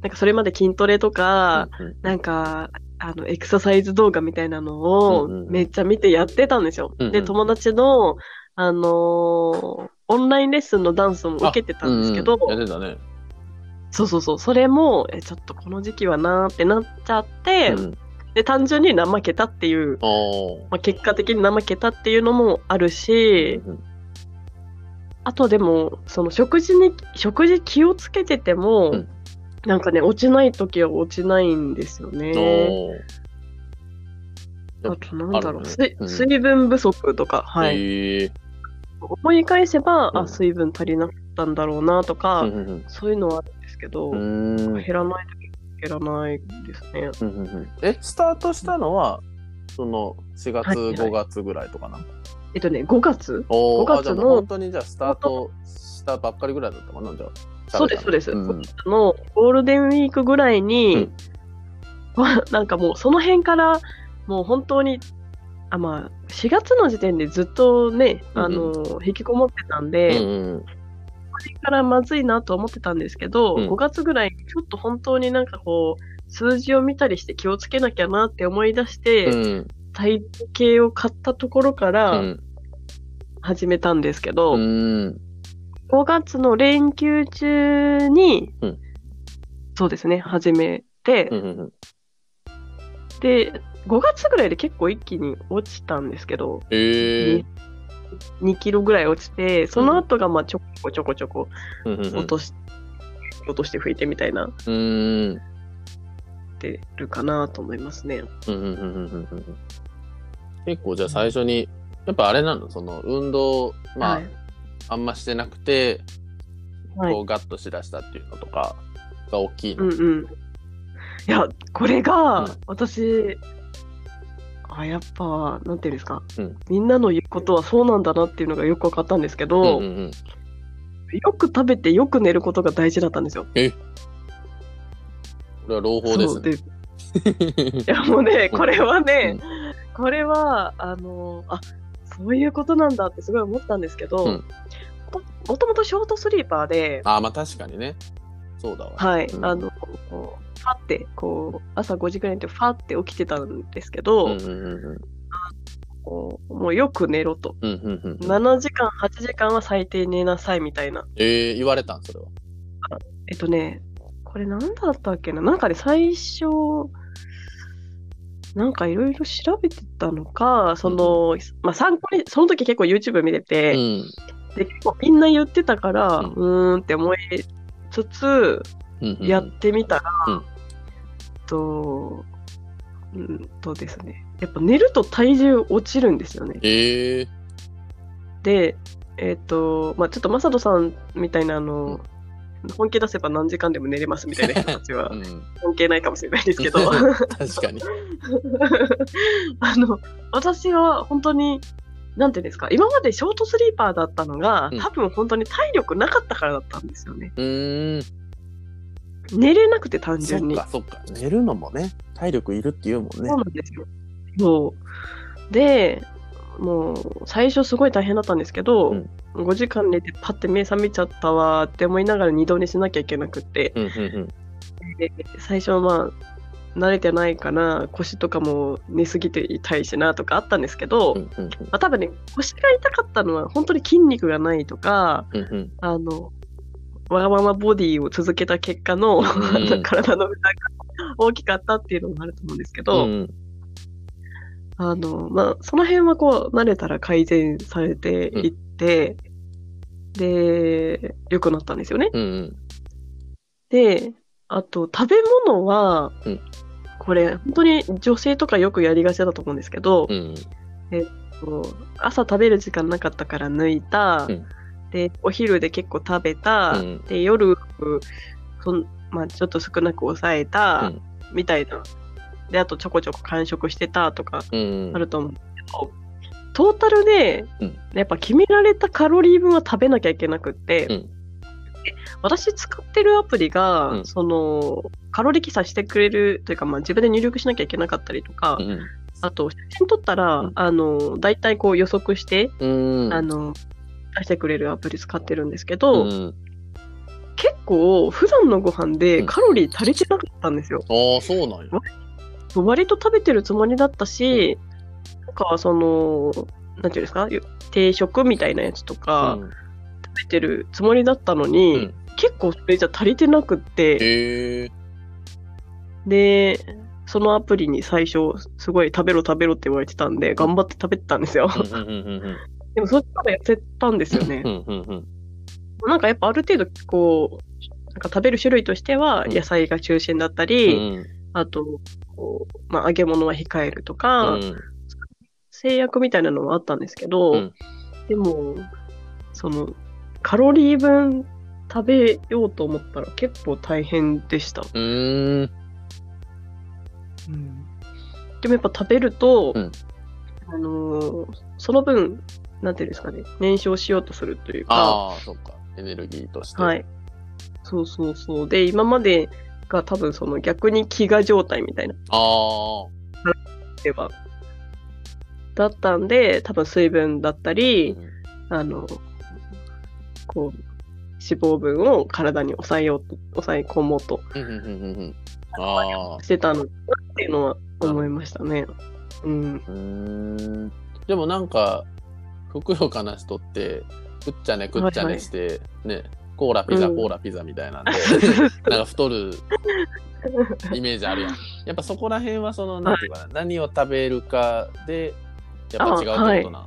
Speaker 2: なんかそれまで筋トレとか、
Speaker 1: うん
Speaker 2: なんか、あの、エクササイズ動画みたいなのを
Speaker 1: うんうん
Speaker 2: めっちゃ見てやってたんですよ。
Speaker 1: うんうん
Speaker 2: で、友達の、あのーオンラインレッスンのダンスも受けてたんですけど、
Speaker 1: うんうんやってたね。
Speaker 2: そうそうそう、それも、え、ちょっとこの時期はなーってなっちゃって、
Speaker 1: うん、
Speaker 2: で単純に怠けたっていう、
Speaker 1: お
Speaker 2: まあ、結果的に怠けたっていうのもあるしあとでもその食事に食事気をつけてても、
Speaker 1: うん
Speaker 2: なんかね落ちない時は落ちないんですよ
Speaker 1: お
Speaker 2: ね。
Speaker 1: お
Speaker 2: あとなんだろ
Speaker 1: あ
Speaker 2: う、
Speaker 1: る
Speaker 2: 水
Speaker 1: ねうん
Speaker 2: 水分不足とか、はい
Speaker 1: ええ
Speaker 2: 思い返せば、
Speaker 1: う
Speaker 2: あ
Speaker 1: ん
Speaker 2: 水分足りなかったんだろうなとか、
Speaker 1: うんうん
Speaker 2: そういうのはあるんですけど、
Speaker 1: うんうん
Speaker 2: 減らない時減らないですね。
Speaker 1: うんうんうんえスタートしたのはその4月、
Speaker 2: はいはい
Speaker 1: 5月ぐらいとかな
Speaker 2: えっとね5月
Speaker 1: おー
Speaker 2: 5
Speaker 1: あじゃあ
Speaker 2: 月の
Speaker 1: もう本当にじゃあスタートしたばっかりぐらいだったかなじゃあ
Speaker 2: そうですそうです、
Speaker 1: んうん
Speaker 2: のゴールデンウィークぐらいに、わ なんかもうその辺からもう本当にあ、まあ、4月の時点でずっとね、
Speaker 1: うん
Speaker 2: あの引きこもってたんで、
Speaker 1: うんうん
Speaker 2: これからまずいなと思ってたんですけど、
Speaker 1: うん
Speaker 2: 5月ぐらいにちょっと本当になんかこう数字を見たりして気をつけなきゃなって思い出して、
Speaker 1: うん
Speaker 2: 体重計を買ったところから
Speaker 1: うん
Speaker 2: 始めたんですけど、
Speaker 1: うん
Speaker 2: 5月の連休中に、
Speaker 1: うん
Speaker 2: そうですね始めて、
Speaker 1: うんうん
Speaker 2: で5月ぐらいで結構一気に落ちたんですけど、
Speaker 1: ええ
Speaker 2: 2キロぐらい落ちてその後がまあちょこちょこちょこ
Speaker 1: うんうんうん
Speaker 2: 落とし、落として拭いてみたいな
Speaker 1: うんうん
Speaker 2: ってるかなと思いますね。
Speaker 1: うんうんうんうんうんうん結構じゃあ最初にやっぱあれなのその運動まあ、
Speaker 2: はい
Speaker 1: あんましてなくて、
Speaker 2: はい
Speaker 1: こうガッとしだしたっていうのとかが大きいの、
Speaker 2: うんうん、いやこれが
Speaker 1: うん
Speaker 2: 私、あやっぱなんていうんですか、
Speaker 1: うん
Speaker 2: みんなの言うことはそうなんだなっていうのがよく分かったんですけ
Speaker 1: うん
Speaker 2: ど、
Speaker 1: うんうん
Speaker 2: よく食べてよく寝ることが大事だったんですよ。
Speaker 1: これは朗報で
Speaker 2: そ
Speaker 1: す
Speaker 2: う
Speaker 1: ね。
Speaker 2: でいやもうね、
Speaker 1: うん
Speaker 2: これはね、
Speaker 1: う
Speaker 2: これは、あの、あそういうことなんだってすごい思ったんですけど、
Speaker 1: うん
Speaker 2: ももともとショートスリーパーで、
Speaker 1: ああ、まあ確かにね。そうだわ。
Speaker 2: はい、
Speaker 1: うん
Speaker 2: あの、こうファって、こう、朝5時ぐらいにファって起きてたんですけど、
Speaker 1: うんうんうんうん
Speaker 2: こうもうよく寝ろと。
Speaker 1: うんうんうん
Speaker 2: 7時間、8時間は最低寝なさいみたいな。
Speaker 1: えー、言われたんそれは。
Speaker 2: えっとね、これなんだったっけななんかね、最初、なんかいろいろ調べてたのか、その、まあ参考に、その時結構 YouTube 見て
Speaker 1: う
Speaker 2: て、
Speaker 1: ん
Speaker 2: で、結構みんな言ってたから、う
Speaker 1: うん
Speaker 2: ーんって思いつつ、
Speaker 1: うんうん、
Speaker 2: やってみたら、
Speaker 1: うん
Speaker 2: と、うんとですね、やっぱ寝ると体重落ちるんですよね。
Speaker 1: えー、
Speaker 2: で、えっ、と、まあちょっとマサトさんみたいなあの、本気出せば何時間でも寝れますみたいな人た ちは
Speaker 1: うん、
Speaker 2: 関係ないかもしれないですけど、
Speaker 1: 確かに。
Speaker 2: あの、私は本当に、なんていうんですか、今までショートスリーパーだったのが、
Speaker 1: うん
Speaker 2: 多分本当に体力なかったからだったんですよね。
Speaker 1: うーん、
Speaker 2: 寝れなくて単
Speaker 1: そ
Speaker 2: 純
Speaker 1: っ
Speaker 2: に。
Speaker 1: かそっか。寝るのもね、体力いるっていうもんね
Speaker 2: そう。なんですよ。そう。で、もう最初すごい大変だったんですけど、
Speaker 1: うん
Speaker 2: 5時間寝てパッて目覚めちゃったわーって思いながら二度寝しなきゃいけなくって、
Speaker 1: うんうんうん
Speaker 2: で最初はまあ慣れてないから腰とかも寝すぎて痛いしなとかあったんですけど、
Speaker 1: うんうん
Speaker 2: まあ、多分ね腰が痛かったのは本当に筋肉がないとか
Speaker 1: うんうん
Speaker 2: あのわがままボディを続けた結果の、
Speaker 1: ん
Speaker 2: 体の負担が大きかったっていうのもあると思うんですけど、
Speaker 1: うん
Speaker 2: あの、まあ、その辺はこう、慣れたら改善されていって、で、良くなったんですよね。
Speaker 1: うんうん。
Speaker 2: で、あと、食べ物は、
Speaker 1: うん
Speaker 2: これ、本当に女性とかよくやりがちだと思うんですけど、
Speaker 1: うん
Speaker 2: こう朝食べる時間なかったから抜いた、
Speaker 1: うん
Speaker 2: で、お昼で結構食べた、
Speaker 1: うん
Speaker 2: で、夜、そんまあ、ちょっと少なく抑えた、
Speaker 1: うん
Speaker 2: みたいな。で、あと、ちょこちょこ完食してたとか、
Speaker 1: うん。
Speaker 2: あると思うんですけど、トータルで、
Speaker 1: うん
Speaker 2: やっぱ決められたカロリー分は食べなきゃいけなくって、
Speaker 1: うん
Speaker 2: で私使ってるアプリが、
Speaker 1: うん
Speaker 2: そのカロリー記載してくれるというか、まあ、自分で入力しなきゃいけなかったりとか、
Speaker 1: うん
Speaker 2: あと写真撮ったら、
Speaker 1: うん
Speaker 2: あの大体こう予測して、
Speaker 1: うん。うん
Speaker 2: あの出してくれるアプリ使ってるんですけ
Speaker 1: う
Speaker 2: ど、
Speaker 1: ん。
Speaker 2: 結構普段のご飯
Speaker 1: う
Speaker 2: で
Speaker 1: ん
Speaker 2: カロリー足りてなかったんですよ。
Speaker 1: ああ、そうなんや。
Speaker 2: 割と食べてるつもりだったし、なんかその、なんていうんですか、よ定食みたいなやつとか、
Speaker 1: うん
Speaker 2: 食べてるつもりだったのに、
Speaker 1: うん
Speaker 2: 結構それじゃ足りてなくって、
Speaker 1: へえ。
Speaker 2: で、そのアプリに最初、すごい食べろ食べろって言われてたんで、頑張って食べてたんですよ。
Speaker 1: うんうんうんうん
Speaker 2: でもそっちから痩せたんですよね
Speaker 1: う。んうんうん
Speaker 2: なんかやっぱある程度、こう、なんか食べる種類としては、
Speaker 1: うん
Speaker 2: 野菜が中心だったり、あと、こうまあ、揚げ物は控えると
Speaker 1: う
Speaker 2: か、
Speaker 1: んうん
Speaker 2: 制約みたいなのはあったんですけど、
Speaker 1: うん
Speaker 2: でもそのカロリー分食べようと思ったら結構大変でした、
Speaker 1: うーん。
Speaker 2: でもやっぱ食べると、
Speaker 1: うん
Speaker 2: あのーその分なんていうんですかね燃焼しようとするというか
Speaker 1: ああ、そっか。エネルギーとして。
Speaker 2: はいそうそうそうで今までが多分その逆に飢餓状態みたいな
Speaker 1: ああ。
Speaker 2: ではだったんで多分水分だったり、あの、こう、脂肪分を体に抑えようと、抑え込もうと
Speaker 1: うんうんうんうんうん。ああ。
Speaker 2: してたのかなっていうのは思いましたね。うん。
Speaker 1: うーんでもなんかふくよかな人ってくっちゃねくっちゃ
Speaker 2: はいは
Speaker 1: ね
Speaker 2: い
Speaker 1: して、ねコーラピザ、
Speaker 2: うん
Speaker 1: コーラピザみたいなんでなんか太るイメージあるやんやっぱそこら辺はその何ていうかな、何を食べるかでやっぱ違うってことな、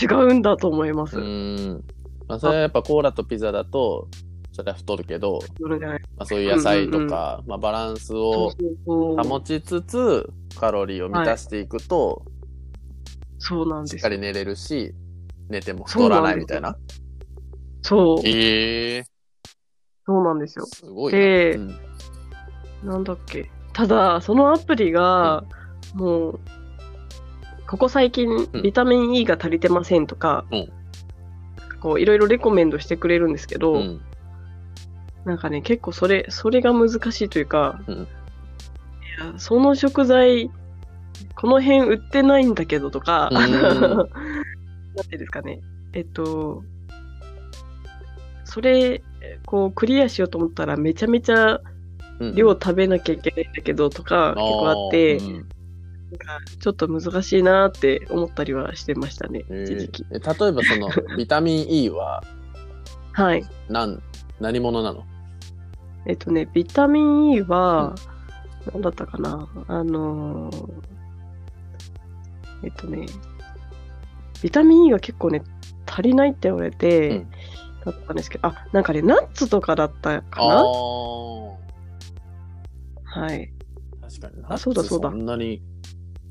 Speaker 2: 違うんだと思います。
Speaker 1: う
Speaker 2: うん、
Speaker 1: ーん、まあ、それはやっぱコーラとピザだとそれは太るけど、
Speaker 2: じゃな
Speaker 1: ま
Speaker 2: い
Speaker 1: あ、そういう野菜とか、まあ、バランス
Speaker 2: そ
Speaker 1: を
Speaker 2: うそうそ
Speaker 1: 保
Speaker 2: う。
Speaker 1: ちつつカロリーを満たしていくと、
Speaker 2: そうなん
Speaker 1: し
Speaker 2: で
Speaker 1: っ
Speaker 2: す
Speaker 1: か。り寝れるし寝ても太らないみたいな
Speaker 2: そう、
Speaker 1: ええ
Speaker 2: そうなんですよ。
Speaker 1: すごいな。
Speaker 2: で
Speaker 1: うん
Speaker 2: なんだっけ。ただ、そのアプリが、もう、ここ最近、
Speaker 1: ん
Speaker 2: ビタミン E が足りてませんとか、
Speaker 1: うん
Speaker 2: こう、いろいろレコメンドしてくれるんですけど、
Speaker 1: うん
Speaker 2: なんかね、結構それ、それが難しいというか、
Speaker 1: うん
Speaker 2: いやその食材、この辺売ってないんだけどとか、
Speaker 1: うん
Speaker 2: なんていうんですかね、えっと、それ、こう、クリアしようと思ったら、めちゃめちゃ
Speaker 1: うん
Speaker 2: 量食べなきゃいけないんだけどとか、結構あって、
Speaker 1: ーうん
Speaker 2: ちょっと難しいなって思ったりはしてましたね、
Speaker 1: えー
Speaker 2: 一時期。
Speaker 1: え例えばその ビタミン E は
Speaker 2: はい。
Speaker 1: 何何者なの
Speaker 2: えっとね、ビタミン E は、なんだったかな、あのーえっとね、ビタミン E が結構ね、足りないって言われて、
Speaker 1: うん
Speaker 2: だったんですけど、あ、なんかね、ナッツとかだったか
Speaker 1: あ
Speaker 2: な
Speaker 1: ー
Speaker 2: はい。
Speaker 1: 確かに
Speaker 2: あそうだそうだ
Speaker 1: ナッツそんなに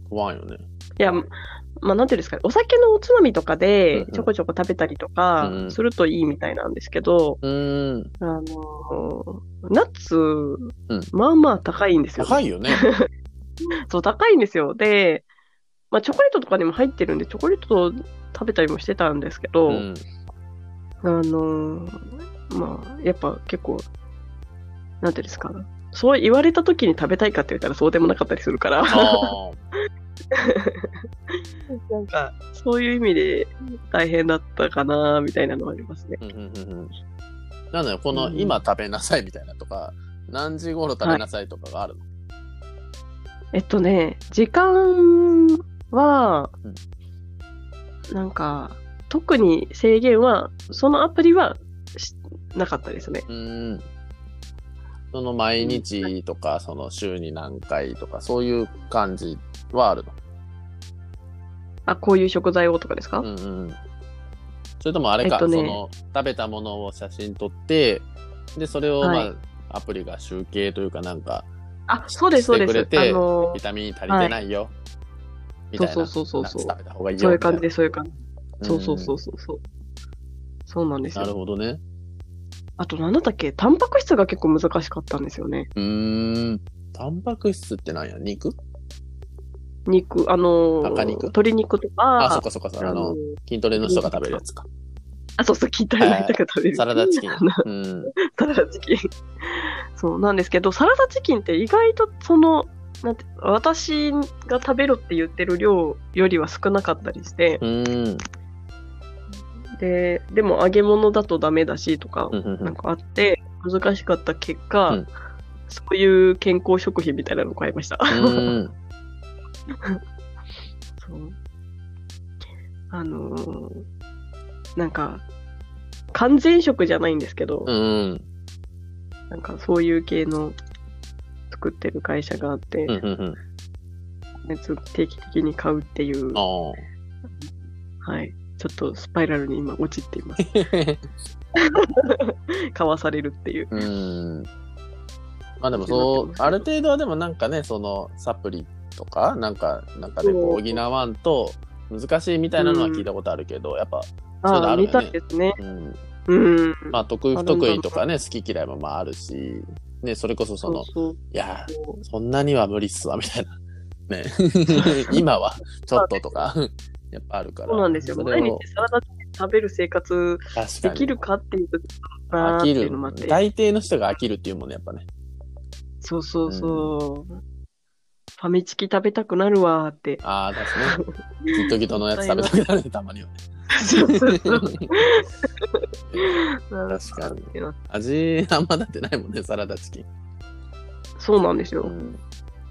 Speaker 1: 食わんよね。
Speaker 2: いや、まあ、なんていうんですかね、お酒のおつまみとか
Speaker 1: うん
Speaker 2: で
Speaker 1: うん、
Speaker 2: ちょこちょこ食べたりとか
Speaker 1: うん、
Speaker 2: するといいみたいなんですけど、
Speaker 1: うーん。
Speaker 2: あのーナッツ、
Speaker 1: ん
Speaker 2: まあまあ高いんですよね、
Speaker 1: 高いよね。
Speaker 2: そう、高いんですよ。で、まあ、チョコレートとかにも入ってるんで、チョコレート食べたりもしてたんですけど、
Speaker 1: うん
Speaker 2: あのーまあ、やっぱ結構、なんていうんですか、そう言われた時に食べたいかって言ったらそうでもなかったりするから、
Speaker 1: あ
Speaker 2: なんか、そういう意味で大変だったかな、みたいなのはありますね。
Speaker 1: ーうんうんうんうんなのよこの
Speaker 2: うん
Speaker 1: 今食べなさいみたいなとか何時頃食べなさいとかがあるの
Speaker 2: えっとね、時間は、
Speaker 1: うん
Speaker 2: なんか、特に制限は、そのアプリはしなかったですね。
Speaker 1: うーんその毎日とかその週に何回とかそういう感じはあるの
Speaker 2: あ、こういう食材をとかですか、
Speaker 1: うんうん。それともあれか、
Speaker 2: えっとね
Speaker 1: その食べたものを写真撮って、で、それを、まあ
Speaker 2: はい
Speaker 1: アプリが集計というかなんか、
Speaker 2: あ、そうです、そうで
Speaker 1: して
Speaker 2: す。
Speaker 1: くれ
Speaker 2: あ
Speaker 1: て
Speaker 2: の
Speaker 1: ビ、タミン足りてないよ、みたいな。
Speaker 2: そうそうそうそうそう
Speaker 1: 夏食べた方がいいよ。
Speaker 2: そういう感じ
Speaker 1: み
Speaker 2: です、そういう感じ。
Speaker 1: たいな
Speaker 2: そうそうそうそうそう。そうなんです
Speaker 1: なる
Speaker 2: よ。
Speaker 1: ほどね。
Speaker 2: あと、なんだったっけタンパク質が結構難しかったんですよね。
Speaker 1: うーん。タンパク質ってなんや肉
Speaker 2: 肉、あのー
Speaker 1: 赤肉
Speaker 2: 鶏肉と
Speaker 1: あ
Speaker 2: か、
Speaker 1: そっかそっかそっか。あ
Speaker 2: あの
Speaker 1: の、筋トレの人が食べるやつか。
Speaker 2: あ、そうそう、聞いたらとか食べる。
Speaker 1: サラダ チキン
Speaker 2: あの。
Speaker 1: うん。
Speaker 2: サラダチキン。そうなんですけど、サラダチキンって意外とその、なんて、私が食べろって言ってる量よりは少なかったりして、
Speaker 1: うん。
Speaker 2: で、でも揚げ物だとダメだしとか
Speaker 1: う、んうんう
Speaker 2: なん
Speaker 1: ん
Speaker 2: かあって、難しかった結果、
Speaker 1: うん
Speaker 2: そういう健康食品みたいなのを買いました。
Speaker 1: うん。
Speaker 2: そうあのーなんか、完全食じゃないんですけど、
Speaker 1: うん。
Speaker 2: なんかそういう系の作ってる会社があって、
Speaker 1: うんうんうん。
Speaker 2: ねず定期的に買うっていう、
Speaker 1: ああ。
Speaker 2: はい、ちょっとスパイラルに今陥って います。買わされるっていう。
Speaker 1: うん。まあでもそう、ある程度はでもなんかね、そのサプリとか、なんか、なんかでこう
Speaker 2: そう
Speaker 1: 補わんと難しいみたいなのは聞いたことあるけど、やっぱ、 そうだ
Speaker 2: あ
Speaker 1: あ
Speaker 2: あ、
Speaker 1: るよね
Speaker 2: 見たいですね。
Speaker 1: うん、
Speaker 2: うん。
Speaker 1: まあ得意不得意とかね、好き嫌いもまああるし、ね、それこそその、
Speaker 2: そう
Speaker 1: いや
Speaker 2: そう
Speaker 1: ー、そんなには無理っすわ、みたいな。ね、 今はちょっととか、やっぱあるから。
Speaker 2: そうなんですよ。
Speaker 1: それ
Speaker 2: 毎日
Speaker 1: を
Speaker 2: サラダチキン食べる生活
Speaker 1: 確か
Speaker 2: で
Speaker 1: に
Speaker 2: きるかっていう
Speaker 1: 飽
Speaker 2: なーって
Speaker 1: き
Speaker 2: いうのもあって
Speaker 1: る。。大抵の人が飽きるっていうもんね、やっぱね。
Speaker 2: そうそうそう。ファミチキ食べたくなるわー って。
Speaker 1: ああ、確か に。ギトギトのやつ食べたくなるね、たまには。
Speaker 2: そうそうそう。
Speaker 1: 確かに
Speaker 2: に。
Speaker 1: 味あんまなってないもんねサラダチキン、
Speaker 2: そうなんですよ。
Speaker 1: うん、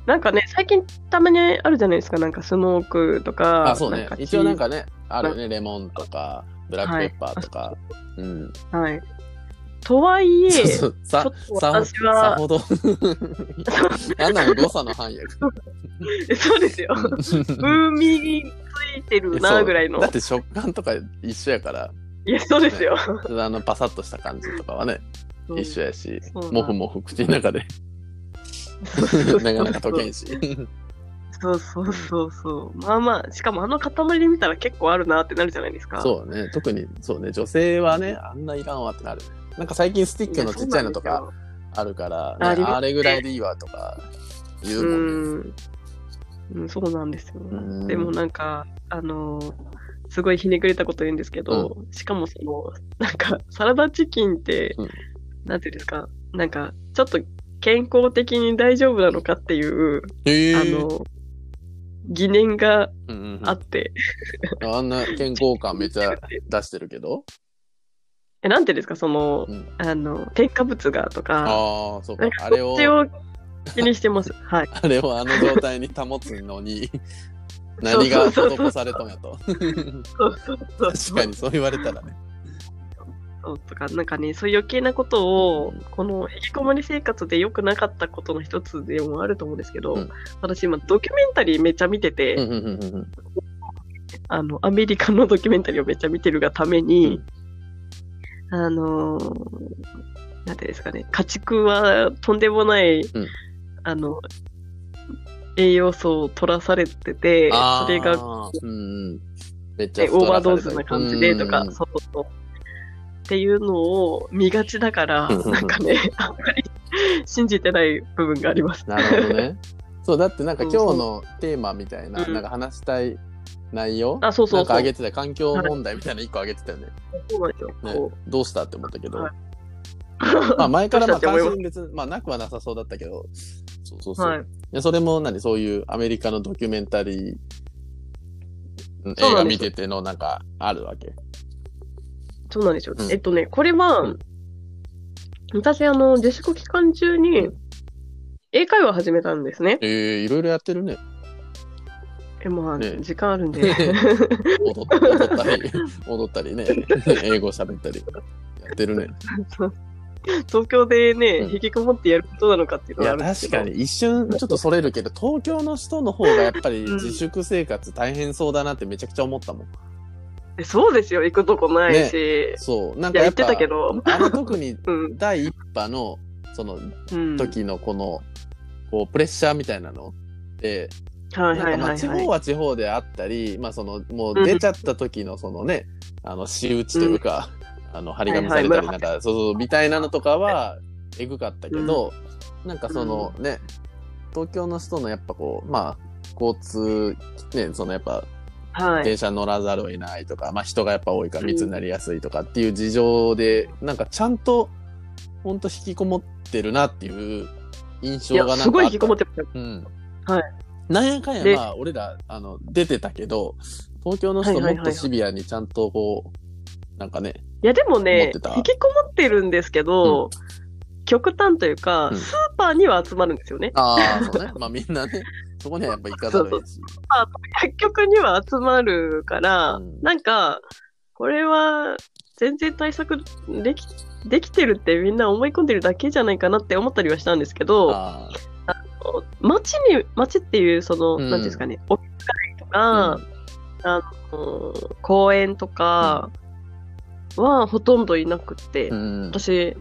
Speaker 2: なんかね、最近たまにあるじゃないですか、なんかスモークとか、
Speaker 1: あそうね
Speaker 2: かチー
Speaker 1: 一応なんかねあるよねレモンとかブラックペッパーとか、うん
Speaker 2: はい。とはいえ、
Speaker 1: そうそうさ
Speaker 2: ちょっと
Speaker 1: さ
Speaker 2: 私は
Speaker 1: さほど なんなの誤差の範囲やか
Speaker 2: そうですよ。
Speaker 1: ら
Speaker 2: 風味についてるなぐらいの
Speaker 1: そうだ。って食感とか一緒やから
Speaker 2: いや、そうですよ。
Speaker 1: あのパサッとした感じとかはね一緒やし
Speaker 2: そうなん
Speaker 1: もふもふ口の中 で
Speaker 2: そうそう
Speaker 1: なかなか溶けんし
Speaker 2: そうそうそうそう。まあまあ、しかもあの塊で見たら結構あるなってなるじゃないですか。
Speaker 1: そうね特にそうね女性はねあんないらんわってなるねなんか最近スティックのちっちゃいのとかあるから、
Speaker 2: あり
Speaker 1: ね
Speaker 2: ますね
Speaker 1: あれぐらいでいいわとか言
Speaker 2: う
Speaker 1: うもんね、
Speaker 2: ん。うん、そうなんですよ
Speaker 1: ん。
Speaker 2: でもなんか、あのーすごいひねくれたこと言うんですけど、しかもその、なんか、サラダチキンって、
Speaker 1: うん
Speaker 2: なんていうんですか、なんか、ちょっと健康的に大丈夫なのかっていう、
Speaker 1: へえ
Speaker 2: あの、疑念が
Speaker 1: うんうんうん
Speaker 2: あって、
Speaker 1: あんな健康感めっちゃ出してるけど、
Speaker 2: え、なんていうんですか、その、
Speaker 1: うん、
Speaker 2: あの、添加物がとか、
Speaker 1: ああそうか
Speaker 2: なんか
Speaker 1: あれ
Speaker 2: そっち
Speaker 1: を
Speaker 2: を気にしてます。 はい。
Speaker 1: あれをあの状態に保つの に何が
Speaker 2: そうそうそうそう
Speaker 1: 施されたんや と
Speaker 2: そうそう
Speaker 1: 確
Speaker 2: そう。
Speaker 1: かにそう言われたらね
Speaker 2: そうとか、なんかね、そういう余計なことを、この、引きこもり生活で良くなかったことの一つでもあると思うんですけど、
Speaker 1: うん
Speaker 2: 私今、ドキュメンタリーめっちゃ見てて、
Speaker 1: うんうんうんうん
Speaker 2: あの、アメリカのドキュメンタリーをめっちゃ見てるがために、あのーなんていうんですかね、家畜はとんでもない、
Speaker 1: ん
Speaker 2: あの、栄養素を取らされてて、
Speaker 1: あ
Speaker 2: それが
Speaker 1: ーうんうんめっちゃ
Speaker 2: ね
Speaker 1: 太
Speaker 2: オーバ
Speaker 1: らさ
Speaker 2: ード
Speaker 1: れ
Speaker 2: ー
Speaker 1: た
Speaker 2: ズ
Speaker 1: り
Speaker 2: な感じでとか、
Speaker 1: うんうん
Speaker 2: そうそう。っていうのを見がちだから、
Speaker 1: うんうんうん
Speaker 2: なんかね、あんまり 信じてない部分があります。
Speaker 1: なるほどねそうだってなんか
Speaker 2: そ
Speaker 1: 今
Speaker 2: う
Speaker 1: 日
Speaker 2: そう
Speaker 1: のテーマみたいな,、
Speaker 2: うん
Speaker 1: なんか話したい内容
Speaker 2: あ、そうそ
Speaker 1: な
Speaker 2: うんそ
Speaker 1: か
Speaker 2: う。
Speaker 1: 上げてた環境問題みたいなの1個上げてたよね。
Speaker 2: そうなんですよ。
Speaker 1: ね
Speaker 2: こ
Speaker 1: どうしたって思ったけど、
Speaker 2: はい
Speaker 1: まあ前からまあ
Speaker 2: どうしたって思
Speaker 1: 関
Speaker 2: います
Speaker 1: 心別に、まあ、なくはなさそうだったけど、そうそう
Speaker 2: う
Speaker 1: そう。
Speaker 2: はい。
Speaker 1: でそれも何、そういうアメリカのドキュメンタリー、うん
Speaker 2: そう
Speaker 1: 映
Speaker 2: な
Speaker 1: 画
Speaker 2: んで
Speaker 1: 見て
Speaker 2: す
Speaker 1: てのなんかあるわけ。
Speaker 2: そうなんですよ。
Speaker 1: うん
Speaker 2: えっとね、これは、
Speaker 1: うん
Speaker 2: 私、あの、自粛期間中に
Speaker 1: うん、
Speaker 2: 英会話を始めたんですね。
Speaker 1: えー、いろいろやってるね。
Speaker 2: え、まあ、
Speaker 1: ね
Speaker 2: 時間あ る んで。
Speaker 1: 踊った 踊ったり、踊ったりね、英語喋ったり。やってるね。
Speaker 2: 東京でね、
Speaker 1: うん
Speaker 2: 引きこもってやることなのかっていう
Speaker 1: い
Speaker 2: のはあ
Speaker 1: や、
Speaker 2: るんで
Speaker 1: 確
Speaker 2: すけ
Speaker 1: か
Speaker 2: ど。
Speaker 1: に一瞬ちょっとそれるけど、東京の人の方がやっぱり
Speaker 2: うん
Speaker 1: 自粛生活大変そうだなってめちゃくちゃ思ったもん。
Speaker 2: えそうですよ、行くとこないし。
Speaker 1: そう。なん
Speaker 2: い
Speaker 1: か
Speaker 2: や、
Speaker 1: やっ
Speaker 2: 言って
Speaker 1: ぱ、
Speaker 2: たけど。
Speaker 1: あの特に
Speaker 2: うん。
Speaker 1: 第一波の、その
Speaker 2: うん。
Speaker 1: 時のこの、こう、プレッシャーみたいなのって、
Speaker 2: はい
Speaker 1: な
Speaker 2: は
Speaker 1: んか
Speaker 2: い
Speaker 1: ま
Speaker 2: は
Speaker 1: あ
Speaker 2: い
Speaker 1: 地
Speaker 2: はい
Speaker 1: 方。は地方であったり、まあその、もう出ちゃった時のそのね、あの、仕打ちというか、あの、張り紙された
Speaker 2: はい
Speaker 1: り、な
Speaker 2: は
Speaker 1: いんか、そうそう、みたいなのとかは、えぐかったけど、なんかそのね、東京の人のやっぱこう、まあ、交通、ね、そのやっぱ
Speaker 2: はい。
Speaker 1: 電車乗らざるを得ないとか、まあ人がやっぱ多いから密になりやすいとかっていう事情で、なんかちゃんと、ほんと引きこもってるなっていう印
Speaker 2: い
Speaker 1: 象が
Speaker 2: や、
Speaker 1: なん
Speaker 2: す
Speaker 1: か
Speaker 2: ご
Speaker 1: あ
Speaker 2: い
Speaker 1: った
Speaker 2: 引きこもってました。
Speaker 1: うん。
Speaker 2: はい。
Speaker 1: なんやかんや、
Speaker 2: で
Speaker 1: まあ、俺ら、あの、出てたけど、東京の人
Speaker 2: はいは
Speaker 1: も
Speaker 2: い
Speaker 1: っ
Speaker 2: はい
Speaker 1: とシビアにちゃんとこう、なんかね、
Speaker 2: いや、でも
Speaker 1: 思っ
Speaker 2: ね
Speaker 1: てた、
Speaker 2: 引きこもってるんですけど、極端というか、
Speaker 1: うん
Speaker 2: スーパーには集まるんですよね。
Speaker 1: あ あ、そうね。まあみんなね、そこにはやっぱ行かざるを得ず。
Speaker 2: 薬局には集まるから、
Speaker 1: うん
Speaker 2: なんか、これは全然対策できできてるってみんな思い込んでるだけじゃないかなって思ったりはしたんですけど、
Speaker 1: あ
Speaker 2: 街に、街っていう、その、
Speaker 1: うん
Speaker 2: なんていうんですかね、お会と
Speaker 1: あ、うん
Speaker 2: か、うん公園とかはほとんどいなくて、
Speaker 1: うん。
Speaker 2: 私、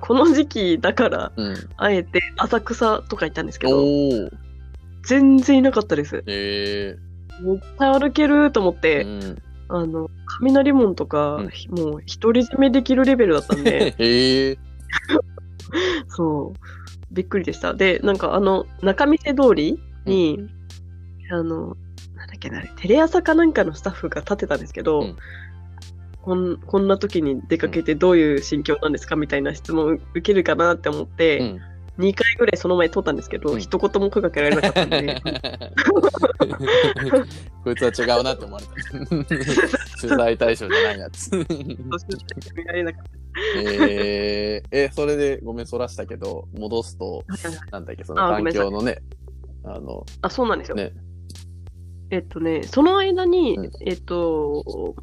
Speaker 2: この時期だから、
Speaker 1: うん。
Speaker 2: あえて浅草とか行ったんですけど、
Speaker 1: おー。
Speaker 2: 全然いなかったです。
Speaker 1: え
Speaker 2: めっちゃ歩けると思っ
Speaker 1: え
Speaker 2: て、
Speaker 1: うん。
Speaker 2: あの、雷門とか、
Speaker 1: うん
Speaker 2: もう独り占めできるレベルだった んで、
Speaker 1: ええ。
Speaker 2: そう、びっくりでした。で、なんかあの、仲見世通りに、あの、なんだっけな、あれテレ朝かなんかのスタッフが立てたんですけど、
Speaker 1: うん
Speaker 2: こんこんな時に出かけてどういう心境なんですかみたいな質問を受けるかなって思って、
Speaker 1: うん。
Speaker 2: 2回ぐらいその前通ったんですけど、
Speaker 1: うん
Speaker 2: 一言も声かけられなかった んで
Speaker 1: こいつは違うなって思われた。取材対象じゃないやつ。
Speaker 2: 見られなかっ
Speaker 1: えー、え、それでごめん、そらしたけど、戻すと、
Speaker 2: た
Speaker 1: なんだっけ、そ
Speaker 2: あ
Speaker 1: の
Speaker 2: ご
Speaker 1: 環
Speaker 2: めんなさ
Speaker 1: 境
Speaker 2: い
Speaker 1: のね、あの、
Speaker 2: あそうなんですよ、
Speaker 1: ね
Speaker 2: えっとねその間に、
Speaker 1: うん
Speaker 2: えっと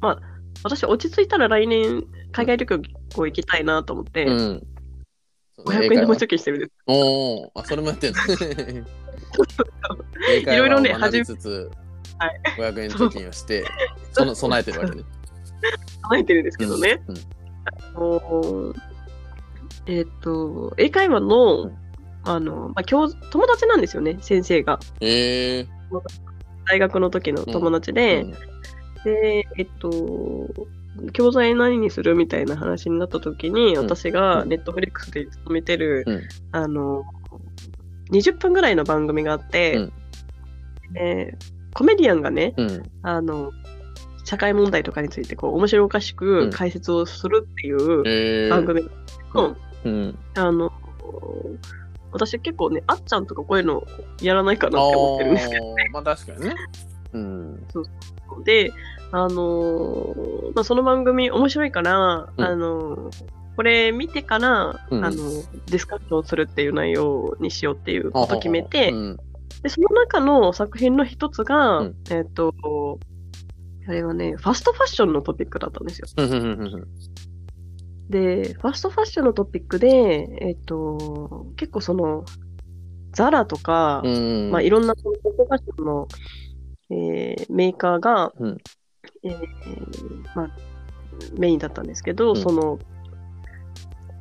Speaker 2: まあ私落ち着いたら来年海外旅行行きたいなと思って、
Speaker 1: うん。
Speaker 2: 500円でも貯金してるんです
Speaker 1: おお、あ、それもやってんの英
Speaker 2: い
Speaker 1: 会
Speaker 2: ろいろ
Speaker 1: 話を
Speaker 2: ね
Speaker 1: 学びつつ、
Speaker 2: は
Speaker 1: 500円貯金をして、その備えてる わけね。
Speaker 2: 考えてるんですけどね、
Speaker 1: うん。
Speaker 2: あのえっと英会話の,、
Speaker 1: うん
Speaker 2: あのまあ、教友達なんですよね先生が
Speaker 1: ええ
Speaker 2: 大学の時の友達で、
Speaker 1: ー。
Speaker 2: で、えっと、教材何にするみたいな話になった時に、
Speaker 1: うん
Speaker 2: 私が
Speaker 1: うん
Speaker 2: ネットフリックスで勤めてる、
Speaker 1: うん
Speaker 2: あの、20分ぐらいの番組があって、
Speaker 1: うん
Speaker 2: えーコメディアンがね、
Speaker 1: うん。うん
Speaker 2: あの、社会問題とかについてこう面白おかし
Speaker 1: う
Speaker 2: く
Speaker 1: ん
Speaker 2: 解説をするっていう
Speaker 1: ええ
Speaker 2: 番組、の
Speaker 1: うん。
Speaker 2: あの、私結構ね、あっちゃんとかこういうのやらないかなって思ってるんです
Speaker 1: あーまあ確かにね。うん。
Speaker 2: で、あのーまあ、その番組面白いから、
Speaker 1: うん
Speaker 2: あのーこれ見てから、
Speaker 1: うん
Speaker 2: あのディスカッションするっていう内容にしようっていうことを決めて、
Speaker 1: うん
Speaker 2: でその中の作品の一つが、
Speaker 1: うん
Speaker 2: えっ、と、あれはね、ファストファッションのトピックだったんですよ。
Speaker 1: うんうんうんうん
Speaker 2: で、ファストファッションのトピックで、えっ、と、結構その、ザラとか、
Speaker 1: うん。
Speaker 2: まあ、いろんなそのファッションの、えーメーカーが、
Speaker 1: うん
Speaker 2: えーまあ、メインだったんですけ
Speaker 1: う
Speaker 2: ど、
Speaker 1: ん
Speaker 2: その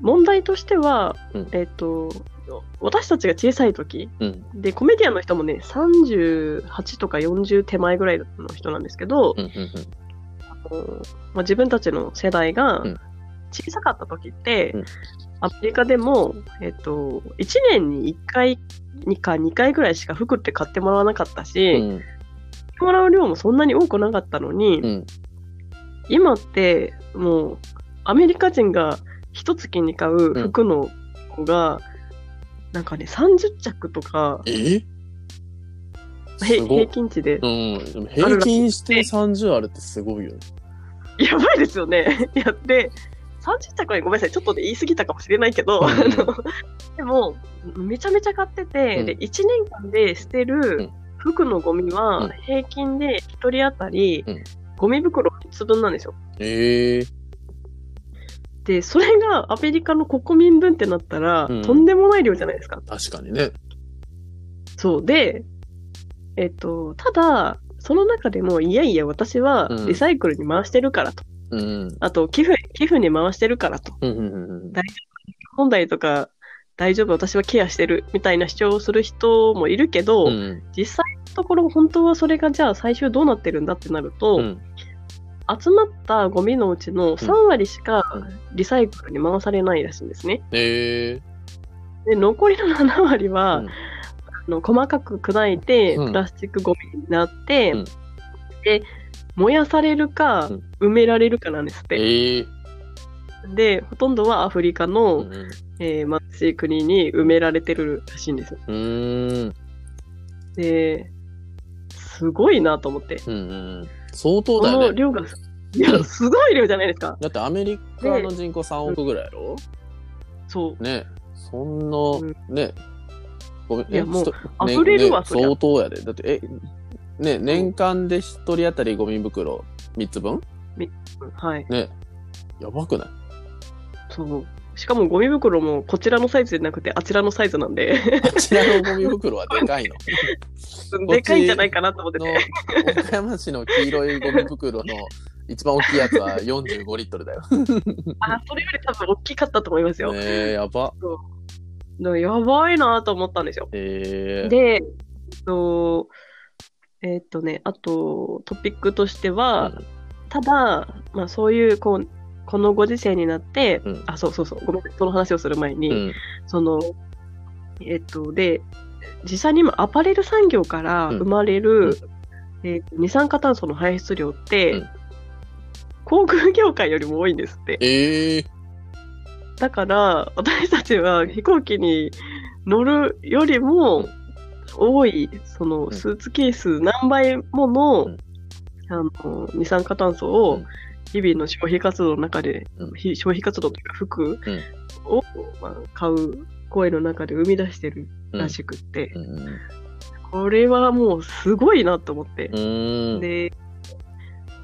Speaker 2: 問題としては、
Speaker 1: うん
Speaker 2: えっと私たちが小さい時
Speaker 1: うん。
Speaker 2: でコメディアンの人もね38とか40手前ぐらいの人なんですけど、
Speaker 1: うんうんうん
Speaker 2: あのまあ、自分たちの世代が
Speaker 1: うん
Speaker 2: 小さかった時って、
Speaker 1: うん
Speaker 2: アメリカでも、えっと1年に1回にか2回ぐらいしか服って買ってもらわなかったし、
Speaker 1: うん
Speaker 2: 買ってもらう量もそんなに多くなかったのに、
Speaker 1: うん
Speaker 2: 今ってもうアメリカ人が一月に買う服の子が、なんかね30着とか
Speaker 1: え
Speaker 2: へ
Speaker 1: すご
Speaker 2: 平
Speaker 1: い
Speaker 2: 均値
Speaker 1: う
Speaker 2: で
Speaker 1: ん。でも平均して30あるってすごいよね。
Speaker 2: やばいですよね やって30着はごめんなさいちょっとで言い過ぎたかもしれないけど、
Speaker 1: うん
Speaker 2: あのでもめちゃめちゃ買ってて、
Speaker 1: うん
Speaker 2: で1年間で捨て
Speaker 1: う
Speaker 2: る
Speaker 1: ん
Speaker 2: 服のゴミ
Speaker 1: う
Speaker 2: は
Speaker 1: ん
Speaker 2: 平均で1人当たり
Speaker 1: うん
Speaker 2: ゴミ袋3つ分なんですよ
Speaker 1: ええ
Speaker 2: で、それがアメリカの国民分ってなったら、
Speaker 1: うん
Speaker 2: とんでもない量じゃないですか。
Speaker 1: 確かにね。
Speaker 2: そう。で、えっと、ただ、その中でも、いやいや、私は
Speaker 1: うん
Speaker 2: リサイクルに回してるからと。
Speaker 1: うん。
Speaker 2: あと、寄付、寄付に回してるからと。
Speaker 1: うんうんうんうん
Speaker 2: 本題とか、大丈夫、私はケアしてる、みたいな主張をする人もいるけど、
Speaker 1: うん
Speaker 2: 実際のところ、本当はそれが、じゃあ最終どうなってるんだってなると、
Speaker 1: うん
Speaker 2: 集まったゴミのうちの3割しか
Speaker 1: う
Speaker 2: リサイクルに回されないらしいんですね。
Speaker 1: え
Speaker 2: で残りの7割 は、
Speaker 1: うん
Speaker 2: あの細かく砕いて
Speaker 1: うん
Speaker 2: プラスチックゴミになって、
Speaker 1: うん
Speaker 2: で燃やされるか
Speaker 1: うん
Speaker 2: 埋められるかなんですっ
Speaker 1: ー、
Speaker 2: て、
Speaker 1: えー
Speaker 2: でほとんどはアフリカの、
Speaker 1: うんうん
Speaker 2: えー貧しい国に埋められてるらしいんですよ
Speaker 1: うーん
Speaker 2: ですごいなと思って
Speaker 1: うんうん相当
Speaker 2: こ
Speaker 1: だ
Speaker 2: の
Speaker 1: よね。
Speaker 2: 量がいやすごい量じゃないですか
Speaker 1: だってアメリカの人口3億ぐらいやろ
Speaker 2: そう
Speaker 1: ねそんな、ねごめん
Speaker 2: いや
Speaker 1: え
Speaker 2: もう
Speaker 1: ひと
Speaker 2: 溢れるわ
Speaker 1: ね
Speaker 2: そりゃ
Speaker 1: 相当やで。だって、え、ね年間で一人当たりゴミ袋3つ分
Speaker 2: はい
Speaker 1: ねやばくない
Speaker 2: そうしかもゴミ袋もこちらのサイズじゃなくてあちらのサイズなんで
Speaker 1: こちらのゴミ袋はでかいの。
Speaker 2: でかいんじゃないかなと思って
Speaker 1: の
Speaker 2: て
Speaker 1: 岡山市の黄色いゴミ袋の一番大きいやつは45リットルだよ。
Speaker 2: あそれより多分大きかったと思いますよ。
Speaker 1: ねえ、やば。
Speaker 2: だからやばいなと思ったんですよ。
Speaker 1: えー、
Speaker 2: で、えっと、えっとね、あとトピックとしては、ただ、まあ、そういうこうこのご時世になって、
Speaker 1: うん
Speaker 2: あ、そうそうそう、ごめん、その話をする前に、
Speaker 1: うん、
Speaker 2: その、えっと、で、実際に今、アパレル産業から生まれる、
Speaker 1: うんうん
Speaker 2: えっと二酸化炭素の排出量って、
Speaker 1: うん
Speaker 2: 航空業界よりも多いんですって。
Speaker 1: えー、
Speaker 2: だから私たちは飛行機に乗るよりも多いその
Speaker 1: ん
Speaker 2: スーツケース何倍もの,、
Speaker 1: うん
Speaker 2: あの二酸化炭素
Speaker 1: う
Speaker 2: を
Speaker 1: ん
Speaker 2: 日々の消費活動の中で、
Speaker 1: うん
Speaker 2: ひ消費活動というか服を、まあ、買う声の中で生み出してる
Speaker 1: うん
Speaker 2: らしくって、
Speaker 1: うん
Speaker 2: これはもうすごいなと思って
Speaker 1: う、ーん。
Speaker 2: で、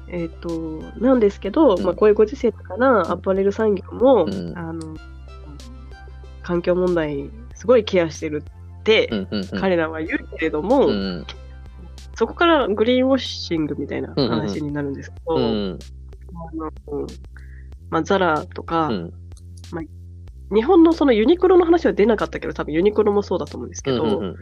Speaker 2: えっ、と、なんですけど、
Speaker 1: うん
Speaker 2: まあ、こういうご時世だから、アパレル産業も、
Speaker 1: うん
Speaker 2: あの、環境問題、すごいケアしてるって、
Speaker 1: うんうんうん、
Speaker 2: 彼らは言うけれども、
Speaker 1: うん
Speaker 2: そこからグリーンウォッシングみたいな話になるんですけど、
Speaker 1: うん
Speaker 2: あのまあ、ザラとか、
Speaker 1: うん
Speaker 2: 日本のそのユニクロの話は出なかったけど、多分ユニクロもそうだと思うんですけど、
Speaker 1: うんうんうん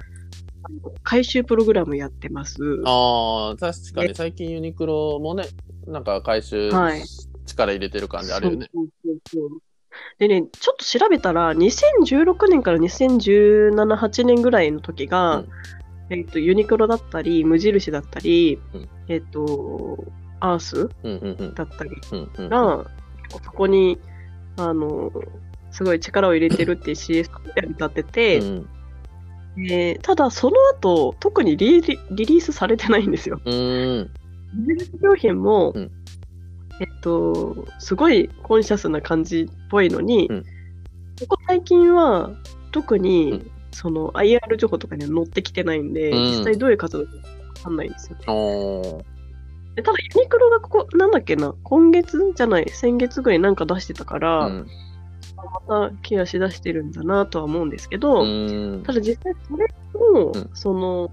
Speaker 2: あの回収プログラムやってます。
Speaker 1: ああ確かに最近ユニクロもねなんか回収
Speaker 2: はい
Speaker 1: 力入れてる感じあるよね。
Speaker 2: そうそうそうそうでね、ちょっと調べたら、2016年から2017、8年ぐらいの時が、
Speaker 1: うん
Speaker 2: えっと、ユニクロだったり、無印だったり、
Speaker 1: うん
Speaker 2: えっと、アース
Speaker 1: うんうんうん
Speaker 2: だったり
Speaker 1: うんうん
Speaker 2: が、そこに、あの、すごい力を入れてるっていう CS を歌って
Speaker 1: う
Speaker 2: て、
Speaker 1: ん
Speaker 2: えーただその後、特にリリリリースされてないんですよ。
Speaker 1: うん
Speaker 2: 無印良品も、
Speaker 1: うん
Speaker 2: えっと、すごいコンシャスな感じっぽいのに、
Speaker 1: うん
Speaker 2: ここ最近は特に、
Speaker 1: うん
Speaker 2: その IR 情報とかには載ってきてないんで、
Speaker 1: うん
Speaker 2: 実際どういう活動かわかんないんですよね。
Speaker 1: お
Speaker 2: でただユニクロがここ、なんだっけな、今月じゃない、先月ぐらいなんか出してたから、
Speaker 1: ー
Speaker 2: またケアしだしてるんだなとは思うんですけど、
Speaker 1: うん
Speaker 2: ただ実際それも、
Speaker 1: うん
Speaker 2: その、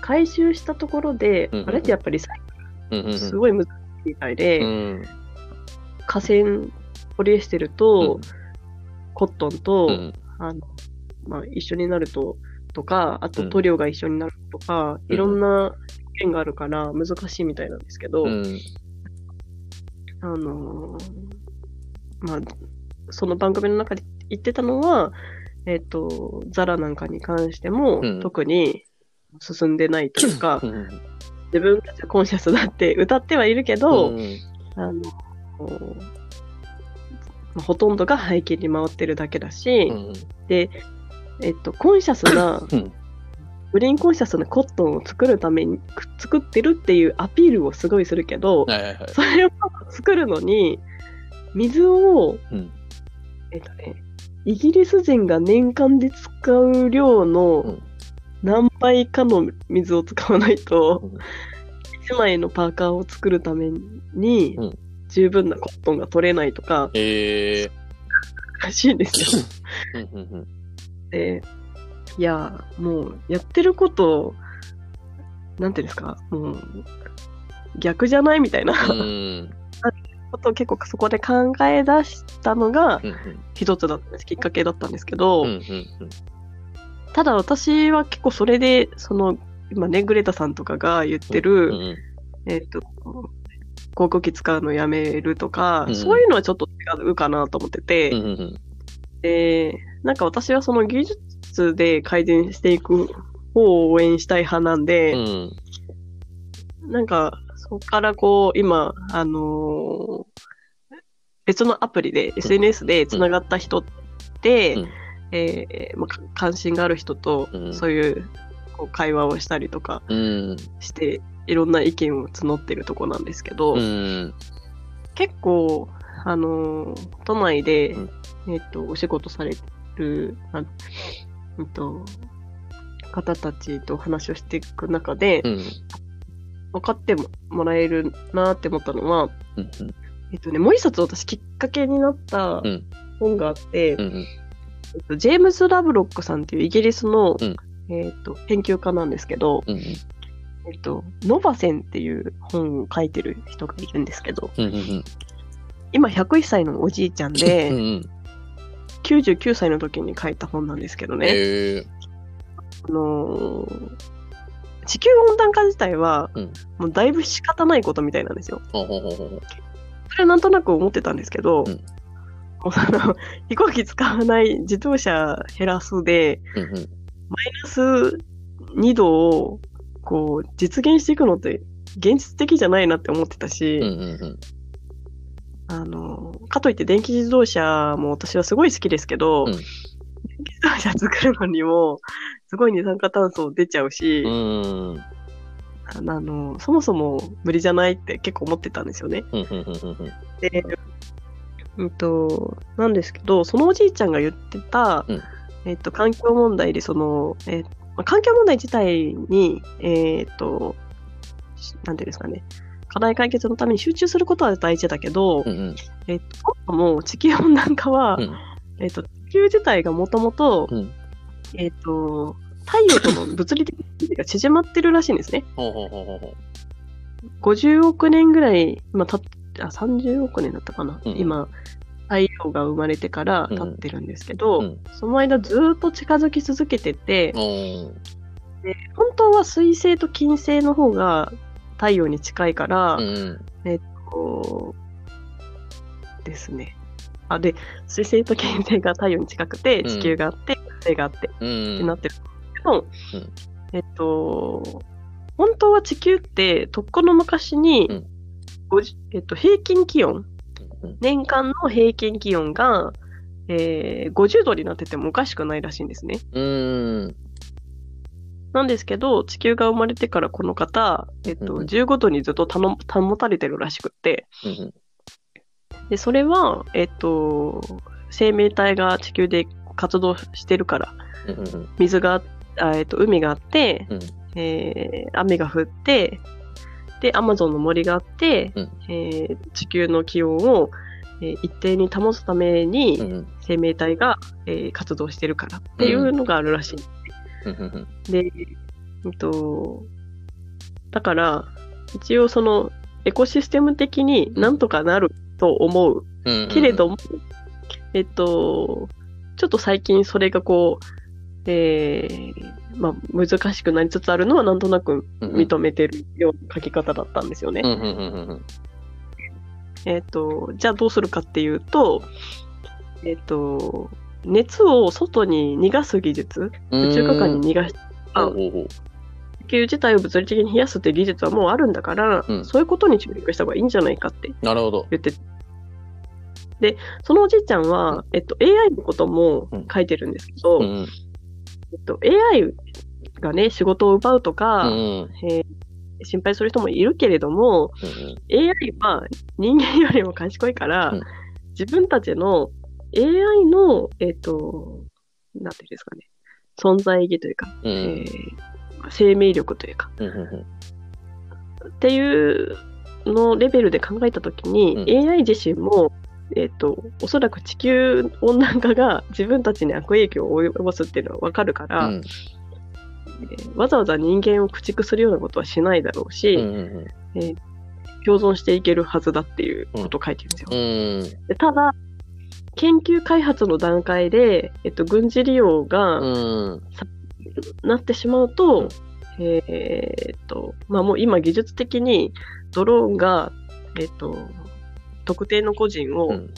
Speaker 2: 回収したところ
Speaker 1: う
Speaker 2: で、
Speaker 1: んうんうん
Speaker 2: あれってやっぱりリサイ
Speaker 1: うん
Speaker 2: クルすごい難しいみたいで、
Speaker 1: うん
Speaker 2: 河川ポリエステルと、コットンと、
Speaker 1: うん
Speaker 2: あのまあ、一緒になるととかあ
Speaker 1: う
Speaker 2: と
Speaker 1: ん
Speaker 2: 塗料が一緒になるとか、
Speaker 1: うん
Speaker 2: いろんな意見があるから難しいみたいなんですけど、
Speaker 1: うん
Speaker 2: あのーまあ、その番組の中で言ってたのは、えっとザラなんかに関しても、
Speaker 1: うん
Speaker 2: 特に進んでないという か
Speaker 1: うん
Speaker 2: 自分たちはコンシャスだって歌ってはいるけど、
Speaker 1: うん
Speaker 2: あのほとんどが背景に回ってるだけだし、
Speaker 1: うん
Speaker 2: で、えっと、コンシャス な、
Speaker 1: うん
Speaker 2: グリーンコンシャスなコットンを作るために、く作ってるっていうアピールをすごいするけど、
Speaker 1: はいはいはい
Speaker 2: それを作るのに、水を、
Speaker 1: うん
Speaker 2: えっとね、イギリス人が年間で使う量
Speaker 1: う
Speaker 2: の
Speaker 1: ん
Speaker 2: 何倍かの水を使わないと、
Speaker 1: うん
Speaker 2: 1枚のパーカーを作るために
Speaker 1: うん、
Speaker 2: 十分なコットンが取れないとか、
Speaker 1: ええ
Speaker 2: らしいんですよ。
Speaker 1: ー。うんうんうん
Speaker 2: で、いや、もう、やってること、なんていうんですか、もう、逆じゃないみたいな
Speaker 1: うん
Speaker 2: ことを結構そこで考え出したのが
Speaker 1: うんうん
Speaker 2: 一つだったんです、きっかけだったんですけど、
Speaker 1: うんうんうん
Speaker 2: ただ私は結構それで、その、今ね、グレタさんとかが言って
Speaker 1: う
Speaker 2: る、
Speaker 1: ん
Speaker 2: えっ、と、航空機使うのやめるとか、
Speaker 1: うん
Speaker 2: そういうのはちょっと違うかなと思ってて、
Speaker 1: うんうんうん
Speaker 2: で、なんか私はその技術で改善していく方を応援したい派なん
Speaker 1: う
Speaker 2: で、
Speaker 1: ん
Speaker 2: なんかそこからこう、今、あのー別のアプリで、SNS でつながった人って、
Speaker 1: うん
Speaker 2: えーまあか関心がある人と
Speaker 1: う、ん
Speaker 2: そういうこう会話をしたりとか
Speaker 1: うん
Speaker 2: して、いろんな意見を募ってるとこなんですけど、
Speaker 1: うん
Speaker 2: 結構、あのー都内で、
Speaker 1: うん
Speaker 2: えっとお仕事されるあの、えっと方たちと話をしていく中で、
Speaker 1: うん
Speaker 2: 分かってもらえるなって思ったのは、
Speaker 1: うん
Speaker 2: えっとね、もう一冊私きっかけになった
Speaker 1: うん
Speaker 2: 本があって、
Speaker 1: うんうん
Speaker 2: えっとジェームズ・ラブロックさんっていうイギリスの、
Speaker 1: うん
Speaker 2: えっと研究家なんですけど、
Speaker 1: うん
Speaker 2: えっと、ノバセンっていう本を書いてる人がいるんですけど、
Speaker 1: うんうん
Speaker 2: 今101歳のおじいちゃんで、
Speaker 1: うんうん
Speaker 2: 99歳の時に書いた本なんですけどね、
Speaker 1: ええ
Speaker 2: あのー地球温暖化自体は、
Speaker 1: うん
Speaker 2: もうだいぶ仕方ないことみたいなんですよ。
Speaker 1: ほうほうほうほう
Speaker 2: それはなんとなく思ってたんですけど、
Speaker 1: うん
Speaker 2: もうその飛行機使わない自動車減らすで、
Speaker 1: うんうん
Speaker 2: プラス2度をこう実現していくのって現実的じゃないなって思ってたし、
Speaker 1: うんうんうん
Speaker 2: あのーかといって電気自動車も私はすごい好きですけど、
Speaker 1: うん
Speaker 2: 電気自動車作るのにもすごい二酸化炭素出ちゃうし、
Speaker 1: うん
Speaker 2: あのそもそも無理じゃないって結構思ってたんですよね。
Speaker 1: うんうんうんうんうん
Speaker 2: で、うんと、なんですけど、そのおじいちゃんが言ってた、
Speaker 1: うん
Speaker 2: えっと、環境問題で、その、えまあ環境問題自体に、えっと、しなんていうんですかね、課題解決のために集中することは大事だけど、
Speaker 1: うんうん
Speaker 2: えっと、そもそも地球温暖化は、
Speaker 1: うん
Speaker 2: えっと、地球自体がもともと
Speaker 1: うん、
Speaker 2: えっと、太陽との物理的な距離が縮まってるらしいんですね。
Speaker 1: ほうほうほうほうほう
Speaker 2: 50億年ぐらい、まあ、たっあ30億年だったかな、
Speaker 1: うん
Speaker 2: 今太陽が生まれてから経ってるんですけど、
Speaker 1: うんうん
Speaker 2: その間ずーっと近づき続けてて、
Speaker 1: おー
Speaker 2: 本当は水星と金星の方が太陽に近いから、
Speaker 1: うんうん
Speaker 2: こうですねあで水星と金星が太陽に近くて
Speaker 1: うん
Speaker 2: 地球があって火星があってっ
Speaker 1: うん
Speaker 2: てなってるんですけど、
Speaker 1: うん
Speaker 2: えっと本当は地球ってとっくの昔に、
Speaker 1: うん
Speaker 2: 50えっと、平均気温
Speaker 1: うん
Speaker 2: 年間の平均気温が、えー50度になっててもおかしくないらしいんですね。
Speaker 1: うん
Speaker 2: なんですけど、地球が生まれてからこの方、えっと、
Speaker 1: うんうん
Speaker 2: 15度にずっとたの保たれてるらしくって、
Speaker 1: うん
Speaker 2: で、それは、えっと、生命体が地球で活動してるから、
Speaker 1: うんうんうん
Speaker 2: 水が、あえっと、海があって、
Speaker 1: うん
Speaker 2: えー雨が降って、で、アマゾンの森があって、
Speaker 1: うん
Speaker 2: えー地球の気温を、えー一定に保つために、
Speaker 1: うんうん
Speaker 2: 生命体が、えー活動してるからっていうのがあるらしい。
Speaker 1: うんうんうん
Speaker 2: で、えっと、だから、一応そのエコシステム的になんとかなると思う
Speaker 1: うんうん
Speaker 2: けれども、えっと、ちょっと最近それがこう、えーまあ、難しくなりつつあるのはなんとなく認めてるような書き方だったんですよね。
Speaker 1: うんうんうんうんうん
Speaker 2: えっ、と、じゃあどうするかっていうと、えっ、と、熱を外に逃がす技術、
Speaker 1: うん
Speaker 2: 宇宙空間に逃がし、
Speaker 1: ほうほうほう
Speaker 2: 地球自体を物理的に冷やすっていう技術はもうあるんだから、
Speaker 1: うん
Speaker 2: そういうことに注力した方がいいんじゃないかって
Speaker 1: なるほど
Speaker 2: 言って、で、そのおじいちゃんは、えっと、AI のことも書いてるんですけど、
Speaker 1: うん
Speaker 2: えっと、AI がね、仕事を奪うと
Speaker 1: うんう
Speaker 2: か、
Speaker 1: んうん
Speaker 2: 心配する人もいるけれども、AI は人間よりも賢いから、
Speaker 1: うん
Speaker 2: 自分たちの AI の、えっ、と、なんていうんですかね、存在意義というか、
Speaker 1: うんう
Speaker 2: え
Speaker 1: ん
Speaker 2: ー生命力というか、
Speaker 1: うんうんうん
Speaker 2: っていうのレベルで考えたときに、AI 自身も、えっとおそらく地球温暖化が 自分たちに悪影響を及ぼすっていうのは分かるから、
Speaker 1: うん
Speaker 2: えーわざわざ人間を駆逐するようなことはしないだろうし、
Speaker 1: うんうん
Speaker 2: 共存していけるはずだっていうことを書いてるんですよ。
Speaker 1: うん
Speaker 2: でただ研究開発の段階で、えっと、軍事利用が、
Speaker 1: うんうん
Speaker 2: なってしまうと、えーっと、まあもう今技術的にドローンが、えーっと、特定の個人
Speaker 1: う
Speaker 2: を
Speaker 1: ん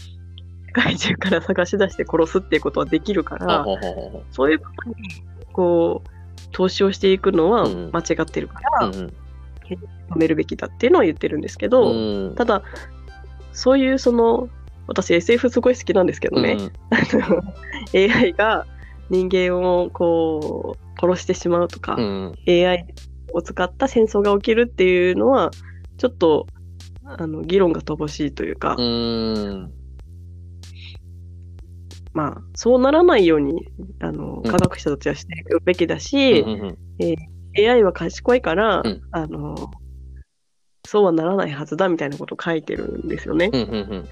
Speaker 2: 世界中から探し出して殺すっていうことはできるから、
Speaker 1: ほうほうほうほ
Speaker 2: そういうことに、こう、投資をしていくのは
Speaker 1: うん
Speaker 2: 間違ってるから、
Speaker 1: ううん
Speaker 2: 止めるべきだっていうのは言ってるんですけ
Speaker 1: う
Speaker 2: ど、
Speaker 1: ん
Speaker 2: ただ、そういうその、私 SF すごい好きなんですけどね、AI が人間をこう、殺してしまうとか、
Speaker 1: うん
Speaker 2: AI を使った戦争が起きるっていうのはちょっとあの議論が乏しいというか、
Speaker 1: うん
Speaker 2: まあそうならないようにあの
Speaker 1: うん
Speaker 2: 科学者たちはしていくべきだ
Speaker 1: うん
Speaker 2: し、
Speaker 1: うん
Speaker 2: AI は賢いから、
Speaker 1: うん
Speaker 2: あのそうはならないはずだみたいなことを書いてるんですよね。
Speaker 1: うんうんうん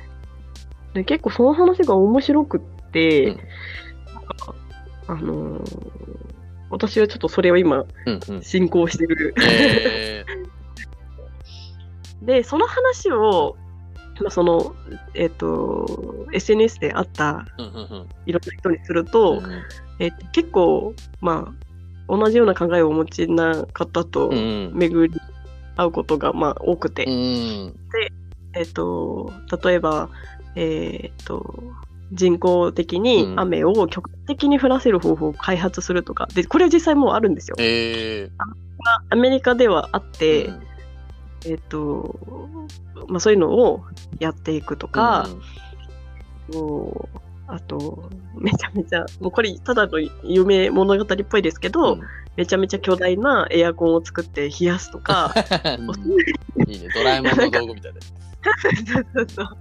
Speaker 2: で結構その話が面白くって、
Speaker 1: うん
Speaker 2: あの私はちょっとそれを今
Speaker 1: うんうん
Speaker 2: 進行してる
Speaker 1: え
Speaker 2: でその話をまあその、えっと SNS であった
Speaker 1: ーうんうん
Speaker 2: いろんな人にする
Speaker 1: う
Speaker 2: と、
Speaker 1: ん
Speaker 2: えっと結構まあ同じような考えをお持ちな方と
Speaker 1: うん
Speaker 2: 巡り合うことがまあ多くて、
Speaker 1: うん
Speaker 2: えっと例えば、えっと人工的に
Speaker 1: うん
Speaker 2: 雨を局地的に降らせる方法を開発するとかでこれは実際もうあるんですよ。
Speaker 1: え
Speaker 2: アメリカではあっ
Speaker 1: ー
Speaker 2: て、
Speaker 1: うん
Speaker 2: えっとまあ、そういうのをやっていくとか、もうあとめちゃめちゃもうこれただの夢物語っぽいですけど、
Speaker 1: うん
Speaker 2: めちゃめちゃ巨大なエアコンを作って冷やすと か
Speaker 1: うんいいねドラえもんの道具みたいな
Speaker 2: そうそうそう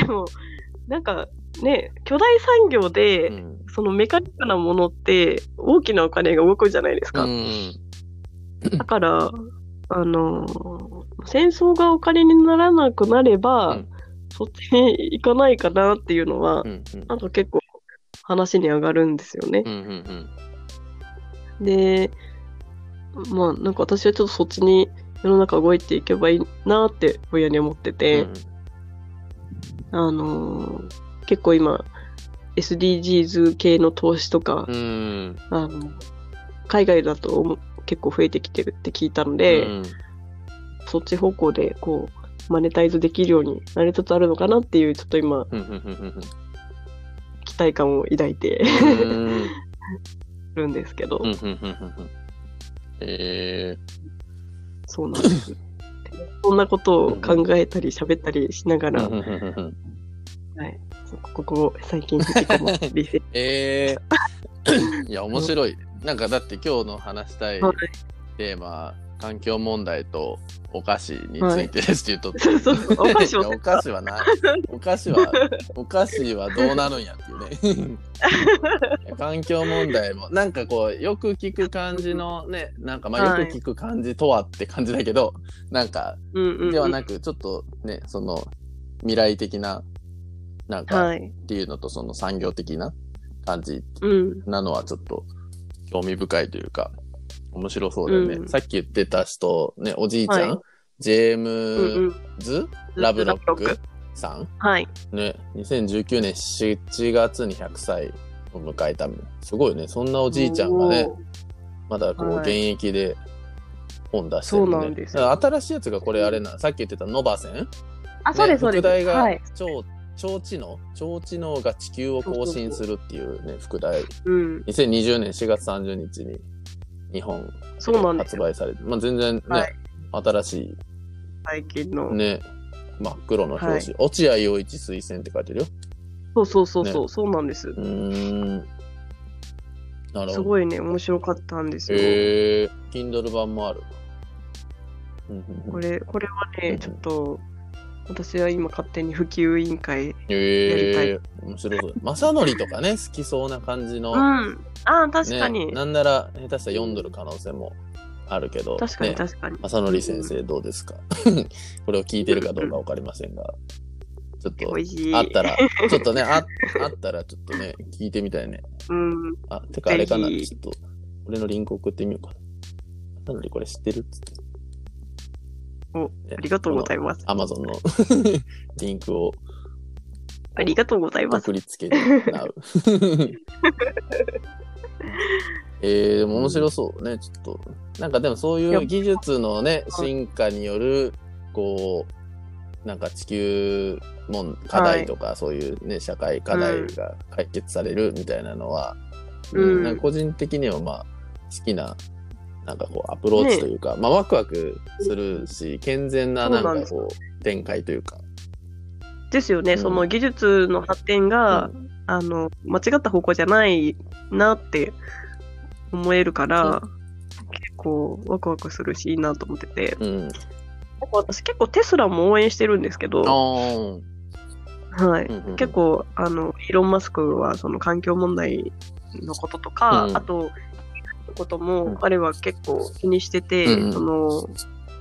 Speaker 2: でもなんかね巨大産業で、
Speaker 1: うん
Speaker 2: そのメカニックなものって大きなお金が動くじゃないですか、
Speaker 1: うん
Speaker 2: だからあの戦争がお金にならなくなれば、
Speaker 1: うん
Speaker 2: そっちに行かないかなっていうのは、
Speaker 1: うんうん
Speaker 2: なんか結構話に上がるんですよね
Speaker 1: う。んうんうん
Speaker 2: で、まあなんか私はちょっとそっちに世の中動いていけばいいなってぼんやり思ってて、
Speaker 1: うん
Speaker 2: あのー結構今 SDGs 系の投資とか、
Speaker 1: うん
Speaker 2: あの海外だと思う結構増えてきてるって聞いたので、
Speaker 1: うん
Speaker 2: そっち方向でこうマネタイズできるようになりつつあるのかなっていうちょっと
Speaker 1: う
Speaker 2: 今
Speaker 1: んうんうん
Speaker 2: 期待感を抱いて
Speaker 1: うん
Speaker 2: るんですけど、
Speaker 1: うんうんうんうんうんえ
Speaker 2: そうな んです。そんなことを考えたり喋ったりしなが
Speaker 1: ー
Speaker 2: ら、
Speaker 1: うんうんうんうん
Speaker 2: ここ最近引きこもってリセッ
Speaker 1: えーいや面白いなんかだって今日の話したい
Speaker 2: ト
Speaker 1: テーマ環境問題とお菓子についてですって言うと、
Speaker 2: そうそうそうお菓子
Speaker 1: いや
Speaker 2: を
Speaker 1: お菓子はないお菓子はお菓子はどうなるんやっていうねいや環境問題もなんかこうよく聞く感じのねなんかまあ
Speaker 2: はい
Speaker 1: よく聞く感じとはって感じだけど、なんか
Speaker 2: うんうんうん
Speaker 1: ではなくちょっとねその未来的ななんかっ
Speaker 2: はい
Speaker 1: ていうのとその産業的な感じ
Speaker 2: うん
Speaker 1: なのはちょっと興味深いというか面白そうだよね、
Speaker 2: うん
Speaker 1: さっき言ってた人ねおじいちゃん、
Speaker 2: はい
Speaker 1: ジェー
Speaker 2: うんう
Speaker 1: ム
Speaker 2: ん
Speaker 1: ズ・ラブロッ
Speaker 2: ラブロッ
Speaker 1: クさん
Speaker 2: はい
Speaker 1: ね2019年7月に100歳を迎えたすごいねそんなお
Speaker 2: お
Speaker 1: じいちゃんがねまだこう
Speaker 2: はい
Speaker 1: 現役で本出してる
Speaker 2: そう
Speaker 1: の
Speaker 2: な
Speaker 1: ね
Speaker 2: んですよ
Speaker 1: だから新しいやつがこれあれなさっき言ってたノバセン
Speaker 2: あそうですそう
Speaker 1: ね、副
Speaker 2: で
Speaker 1: 題
Speaker 2: す
Speaker 1: が、
Speaker 2: はい
Speaker 1: 超超知能超知能が地球を更新するっていうね副題
Speaker 2: うん
Speaker 1: 2020年4月30日に日本
Speaker 2: そうなんです
Speaker 1: 発
Speaker 2: よ
Speaker 1: 売されて、まあ、全然ね、
Speaker 2: はい
Speaker 1: 新し
Speaker 2: 最近の
Speaker 1: いね真っ黒の表紙、落合陽一推薦って書いてるよ
Speaker 2: そうそうそうそうそうなんです
Speaker 1: うーんなる
Speaker 2: す
Speaker 1: ほど
Speaker 2: ごいね面白かったんですよ
Speaker 1: へえ Kindle 版もあるうんうんう
Speaker 2: こ
Speaker 1: ん
Speaker 2: れこれは
Speaker 1: うんう
Speaker 2: ね
Speaker 1: ん
Speaker 2: ちょっと私は今勝手に普及委員会や
Speaker 1: へ
Speaker 2: り
Speaker 1: え面白そう正則とかね好きそうな感じの、
Speaker 2: うんあー確かに
Speaker 1: ね、なんなら下手したら読んどる可能性もあるけど、
Speaker 2: 確かに
Speaker 1: ね
Speaker 2: 確かに。
Speaker 1: 正則先生どうですか これを聞いてるかどうかわかりませんが、ちょっ
Speaker 2: 美
Speaker 1: と、
Speaker 2: 味しい。
Speaker 1: あったら、ちょっとね、ああったらちょっとね、聞いてみたいね。
Speaker 2: うん。
Speaker 1: あ、てかあれかな、
Speaker 2: ぜひ
Speaker 1: ちょっと、俺のリンク送ってみようかな。正則これ知ってるっつって、
Speaker 2: お、
Speaker 1: ね
Speaker 2: ありがとうございます。
Speaker 1: アマゾンの リンクを
Speaker 2: ありがとうございます
Speaker 1: 送。りつけても らう。えー、でも面白そうね、ちょっと。なんかでもそういう技術のね、進化による、こう、なんか地球問課題とか、そういうね、社会課題が解決されるみたいなのは、
Speaker 2: うん
Speaker 1: うんなんか個人的にはまあ、好きな、なんかこう、アプローチというか、まあ、ワクワクするし、健全な、なん
Speaker 2: そうなん
Speaker 1: か
Speaker 2: です
Speaker 1: こう、展開というか。
Speaker 2: ですよね、
Speaker 1: うん
Speaker 2: その技術の発展が、
Speaker 1: うん
Speaker 2: あの間違った方向じゃないなって思えるから、結構ワクワクするしいいなと思ってて
Speaker 1: うん。
Speaker 2: 結構私結構テスラも応援してるんです
Speaker 1: あ
Speaker 2: けど、
Speaker 1: ー
Speaker 2: はい
Speaker 1: うんうんうん
Speaker 2: 結構あのイーロン・マスクはその環境問題のこととか、
Speaker 1: うん
Speaker 2: あとこと
Speaker 1: うん
Speaker 2: も彼は結構気にしてて、
Speaker 1: うんうん
Speaker 2: その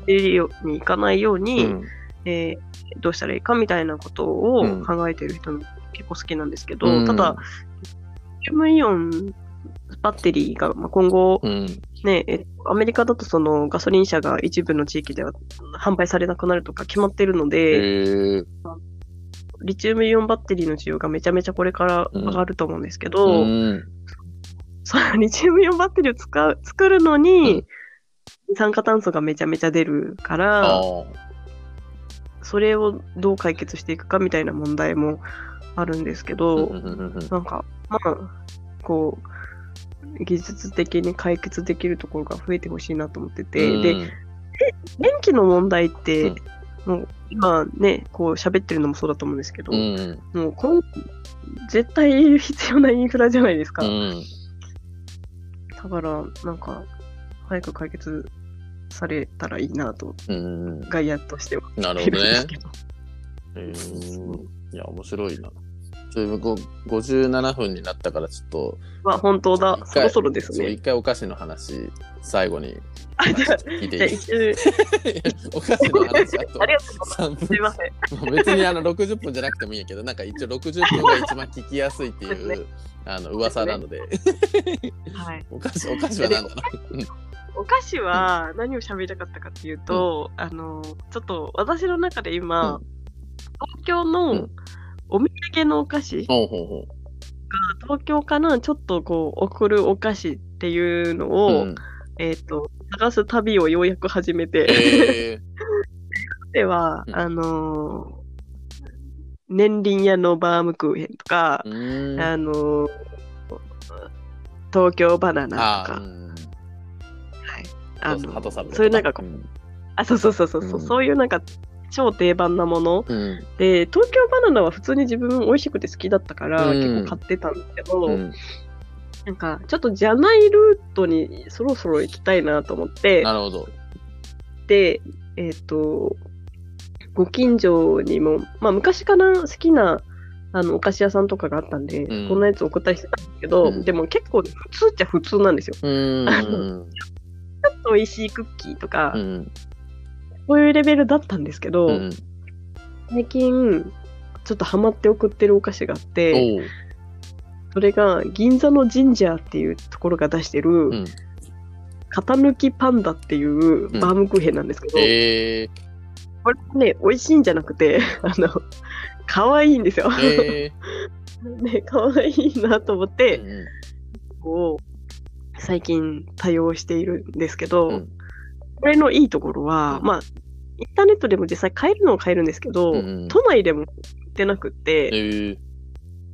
Speaker 2: デリオに行かないように、
Speaker 1: うん
Speaker 2: えーどうしたらいいかみたいなことを考えてる人も結構好きなんですけど、
Speaker 1: うん
Speaker 2: ただ、リチウムイオンバッテリーが、まあ、今後、
Speaker 1: うん。
Speaker 2: ねえっとアメリカだとそのガソリン車が一部の地域では販売されなくなるとか決まってるので、
Speaker 1: へえ。
Speaker 2: リチウムイオンバッテリーの需要がめちゃめちゃこれから上がると思うんですけど、
Speaker 1: うん
Speaker 2: そのリチウムイオンバッテリーを使う作るの
Speaker 1: う
Speaker 2: に、二酸化炭素がめちゃめちゃ出るか
Speaker 1: あ
Speaker 2: ら、
Speaker 1: ー
Speaker 2: それをどう解決していくかみたいな問題もあるんですけど、
Speaker 1: うんうんうんうん
Speaker 2: なんか、まあ、こう、技術的に解決できるところが増えてほしいなと思ってて、
Speaker 1: うん
Speaker 2: で、電気の問題って、
Speaker 1: うん
Speaker 2: もう今ね、こう喋ってるのもそうだと思うんですけど、
Speaker 1: うん
Speaker 2: もう今絶対必要なインフラじゃないですか。
Speaker 1: うん
Speaker 2: だから、なんか、早く解決されたらいいなと、
Speaker 1: うん
Speaker 2: ガイアとしては
Speaker 1: なる
Speaker 2: 思
Speaker 1: ほ
Speaker 2: って
Speaker 1: ど
Speaker 2: るんで
Speaker 1: ね
Speaker 2: す。けど。
Speaker 1: えーいや、面白いな。ちょご57分になったから、ちょっと、
Speaker 2: まあ、本当だ。
Speaker 1: 一
Speaker 2: そ
Speaker 1: 回
Speaker 2: ろそろです
Speaker 1: そう
Speaker 2: ね。
Speaker 1: 一回お菓子の話、最後に
Speaker 2: あ、じゃあ、
Speaker 1: 聞い
Speaker 2: じゃあ
Speaker 1: ていい
Speaker 2: 一周、
Speaker 1: お菓子の話、あと
Speaker 2: ありがとうござい
Speaker 1: 3
Speaker 2: ます。すい
Speaker 1: 分。
Speaker 2: ません。
Speaker 1: まあ別にあの60分じゃなくてもいいんやけど、なんか一応60分が一番聞きやすいってい
Speaker 2: そうです
Speaker 1: う、あの、噂なので、
Speaker 2: はい。
Speaker 1: お菓子、お菓子は何だろ
Speaker 2: お菓子は何を喋りたかったかっていうと、あのちょっと私の中で今、
Speaker 1: うん
Speaker 2: 東京
Speaker 1: う
Speaker 2: の
Speaker 1: ん
Speaker 2: お土産のお菓子、
Speaker 1: ほうほうほう。
Speaker 2: 東京からちょっとこう送るお菓子っていうのを、
Speaker 1: うん
Speaker 2: えっと探す旅をようやく始め
Speaker 1: え
Speaker 2: て、では、
Speaker 1: うん
Speaker 2: あの年輪屋のバームクーヘンとか、
Speaker 1: ー、うーん。
Speaker 2: あの東京バナナと
Speaker 1: あ
Speaker 2: か
Speaker 1: ー、うん
Speaker 2: あ
Speaker 1: そうそう
Speaker 2: の
Speaker 1: 鳩サブレー
Speaker 2: そういうなんかこう
Speaker 1: うん
Speaker 2: あそうそうそうそうそう、
Speaker 1: うん
Speaker 2: そういうなんか超定番なもの
Speaker 1: うん
Speaker 2: で東京バナナは普通に自分美味しくて好きだったから、
Speaker 1: うん
Speaker 2: 結構買ってたんですけど、
Speaker 1: うん
Speaker 2: なんかちょっとじゃないルートにそろそろ行きたいなと思って
Speaker 1: なるほど。
Speaker 2: でえっ、とご近所にも、まあ、昔から好きなあのお菓子屋さんとかがあったんで、
Speaker 1: うん
Speaker 2: こんなやつ送ったりしてたんですけど、
Speaker 1: うん
Speaker 2: でも結構普通っちゃ普通なんですよ。
Speaker 1: うーん。
Speaker 2: ちょっと美味しいクッキーとか、
Speaker 1: うん
Speaker 2: そういうレベルだったんですけど、
Speaker 1: うん
Speaker 2: 最近ちょっとハマって送ってるお菓子があって。
Speaker 1: おう
Speaker 2: それが銀座のジンジャーっていうところが出してる、
Speaker 1: うん
Speaker 2: 型抜きパンダっていうバームクーヘンなんですけど、
Speaker 1: え
Speaker 2: これね美味しいんじゃなくてあの可愛いんですよ。
Speaker 1: ーえ
Speaker 2: ね可愛いなと思っ
Speaker 1: ー
Speaker 2: て、
Speaker 1: うん
Speaker 2: こう最近多用しているんですけど、
Speaker 1: うん
Speaker 2: これのいいところは、
Speaker 1: うん
Speaker 2: まあインターネットでも実際買えるのは買えるんですけど、
Speaker 1: うんうん
Speaker 2: 都内でも売ってなく
Speaker 1: え
Speaker 2: て
Speaker 1: ー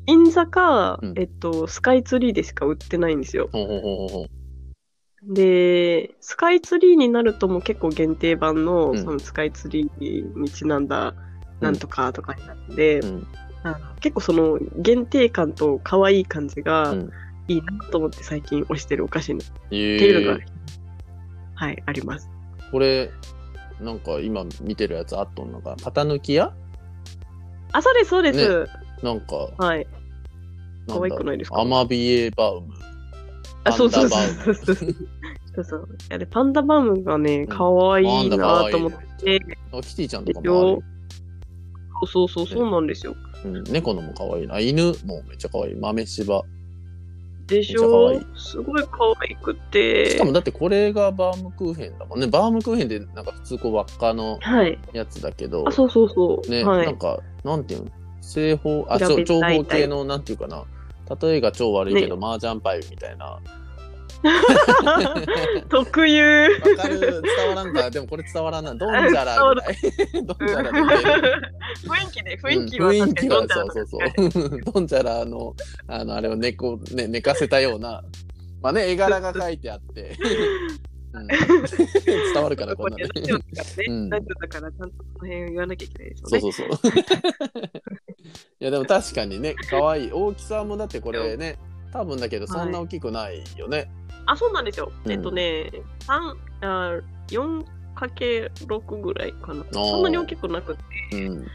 Speaker 2: 銀座か、
Speaker 1: うん
Speaker 2: えっと、スカイツリーでしか売ってないんですよ。
Speaker 1: ほうほうほうほう
Speaker 2: で、スカイツリーになるともう結構限定版の、
Speaker 1: うん
Speaker 2: そのスカイツリーにちなんだなんとかとかになるんで、
Speaker 1: うん
Speaker 2: あの結構その限定感と可愛い感じが
Speaker 1: うん
Speaker 2: いいなと思って最近推してるお菓子にっ
Speaker 1: え
Speaker 2: ていうのが、
Speaker 1: ー
Speaker 2: はい、あります。
Speaker 1: これなんか今見てるやつあっとんのが型抜き屋
Speaker 2: あ、そうです、そうです。
Speaker 1: ねなんか
Speaker 2: はい。
Speaker 1: なん
Speaker 2: 可愛
Speaker 1: だ
Speaker 2: くないですか
Speaker 1: アマビエバウム
Speaker 2: あ、そうそうそ
Speaker 1: パ
Speaker 2: う
Speaker 1: ンダバウム
Speaker 2: そうそう。そうそう。いやで、パンダバムがね、可愛い
Speaker 1: パンダ可
Speaker 2: な
Speaker 1: 愛い
Speaker 2: と思って、
Speaker 1: あキティちゃん
Speaker 2: で
Speaker 1: と
Speaker 2: し
Speaker 1: か
Speaker 2: ょ
Speaker 1: も。
Speaker 2: そうそうそう、そうなんですよ。
Speaker 1: ある、うん、猫のも可愛いな。犬もめっちゃ可愛い。豆柴。
Speaker 2: でし
Speaker 1: めっ
Speaker 2: ょ
Speaker 1: ち
Speaker 2: すごい可愛くて。
Speaker 1: しかもだってこれがバームクーヘンだもんね。バームクーヘンってなんか普通こう輪っかの
Speaker 2: はい。
Speaker 1: やつだけど
Speaker 2: あ、、そうそうそう。
Speaker 1: ね、
Speaker 2: は
Speaker 1: なん
Speaker 2: い。
Speaker 1: か、なんていうの正方、あ、
Speaker 2: 平
Speaker 1: そう
Speaker 2: べっ
Speaker 1: 長
Speaker 2: たい
Speaker 1: 方形の、なんていうかな。例えが超悪いけど、麻雀パイみたいな。わ
Speaker 2: 特有。
Speaker 1: かる伝わらんか。でもこれ伝わらんな。ドンジャラみたい。 ドンジャラみたいな。
Speaker 2: 雰囲気ね、雰囲気
Speaker 1: う
Speaker 2: は
Speaker 1: ん雰
Speaker 2: 確
Speaker 1: 囲
Speaker 2: か
Speaker 1: 気
Speaker 2: に飲
Speaker 1: は
Speaker 2: んだら
Speaker 1: そうそうそう。 ドンジャラの、あの、あれを猫、ね、寝かせたような、まあね、絵柄が書いてあ って、うん、 伝わるから、こんなね。
Speaker 2: ここでラジオだからね
Speaker 1: うん
Speaker 2: ラジオだからちゃんとその辺言わなきゃいけないですよ
Speaker 1: そう
Speaker 2: ね。
Speaker 1: そうそう。 いや、でも確かにね、可愛い大きさもだってこれね、多分だけど、そんな大きくないよね。
Speaker 2: あ、そうなんですよ。
Speaker 1: うん
Speaker 2: えっとね、三あ4かけ6ぐらいかな。
Speaker 1: ー
Speaker 2: そんなに大きくなくて、
Speaker 1: うん。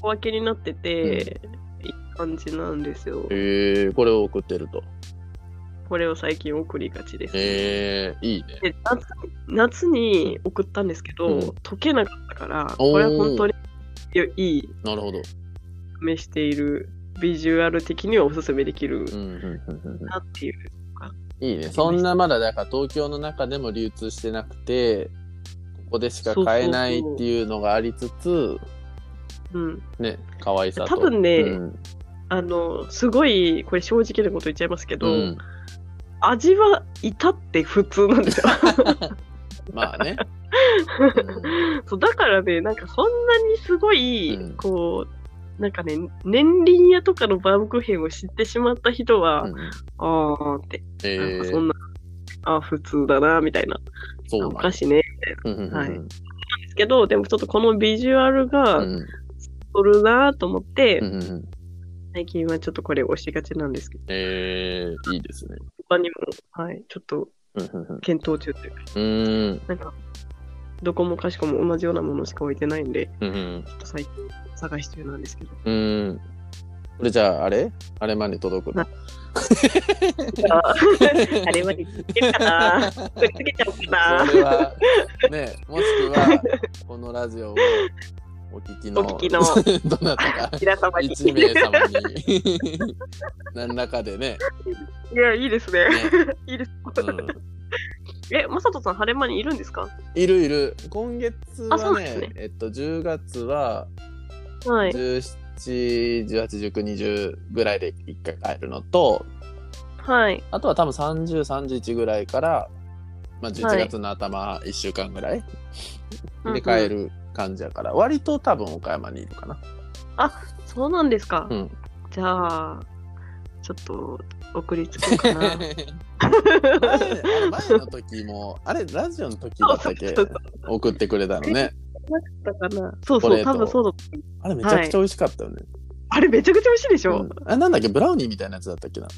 Speaker 2: 小分けになってて、いい感じなんですよ。
Speaker 1: へえこれを送ってると。
Speaker 2: これを最近送りがちです。
Speaker 1: へえいいね。
Speaker 2: で夏に夏に送ったんですけど、
Speaker 1: うん
Speaker 2: 溶けなかったから、
Speaker 1: おー
Speaker 2: これは本当にいい
Speaker 1: なるほど。
Speaker 2: 試している、ビジュアル的にはおすすめできる
Speaker 1: うん、うん、うん、う
Speaker 2: なっていう。
Speaker 1: ん。いいね。そんなまだ、だから東京の中でも流通してなくて、ここでしか買えないっていうのがありつつ、
Speaker 2: うん、
Speaker 1: ね、可愛さと。
Speaker 2: 多分ね
Speaker 1: うん。
Speaker 2: あのすごいこれ正直なこと言っちゃいますけど、
Speaker 1: うん
Speaker 2: 味は至って普通なん ですよ
Speaker 1: まあ ね。うん
Speaker 2: そうだからねなんかそんなにすごい、
Speaker 1: うん
Speaker 2: こうなんかね年輪屋とかのバームクーヘンを知ってしまった人は、
Speaker 1: うんうん
Speaker 2: ああって
Speaker 1: え
Speaker 2: なん
Speaker 1: ー
Speaker 2: かそんな、あー普通だなみたいな
Speaker 1: そう
Speaker 2: お
Speaker 1: なんだ
Speaker 2: 菓子ねで
Speaker 1: うんうんうん
Speaker 2: はいすけどでもちょっとこのビジュアル
Speaker 1: う
Speaker 2: が
Speaker 1: ん
Speaker 2: するなと思って、
Speaker 1: うんうんうん
Speaker 2: 最近はちょっとこれ押しがちなんですけど
Speaker 1: えーいいですね。
Speaker 2: 他にも、はい、ちょっと
Speaker 1: うんうん
Speaker 2: 検討中というか
Speaker 1: うんう
Speaker 2: なんかどこもかしこも同じようなものしか置いてないんで
Speaker 1: ーんうん
Speaker 2: ちょっと最近探し中なんですけど
Speaker 1: うんうんこれじゃああれあれまで届くの
Speaker 2: あーあれまで聞けるか なこれつけちゃおうかな
Speaker 1: それはねもしくはこのラジオをお聞きの
Speaker 2: お聞きの
Speaker 1: どなたか
Speaker 2: 皆様に
Speaker 1: 一名様に何らかでね
Speaker 2: いやいいですね
Speaker 1: ね、
Speaker 2: いいです、
Speaker 1: うん、
Speaker 2: えまさとさん晴れ間にいるんですか
Speaker 1: いるいる今月
Speaker 2: あそう
Speaker 1: は
Speaker 2: なん
Speaker 1: ね
Speaker 2: ですね
Speaker 1: えっと10月は
Speaker 2: はい
Speaker 1: 17181920ぐらいで一回帰るのと
Speaker 2: はい
Speaker 1: あとは多分3031ぐらいから、まあ、11
Speaker 2: い
Speaker 1: 月の頭1週間ぐらいで
Speaker 2: うんうん
Speaker 1: 帰る感じやから、割と多分岡山にいる かな。
Speaker 2: そうなんですか、
Speaker 1: うん
Speaker 2: じゃあちょっと送りつこうか な
Speaker 1: 前前の時もあれラジオの時だったっけ
Speaker 2: そうそう
Speaker 1: 送ってくれたのね
Speaker 2: だからそう
Speaker 1: チョコ
Speaker 2: そ
Speaker 1: レー
Speaker 2: う
Speaker 1: ト
Speaker 2: 多分そうだ
Speaker 1: あれめちゃくちゃ美味しかったよね、
Speaker 2: あれめちゃくちゃ美味しいでしょ、
Speaker 1: うんあなんだっけブラウニーみたいなやつだったっけな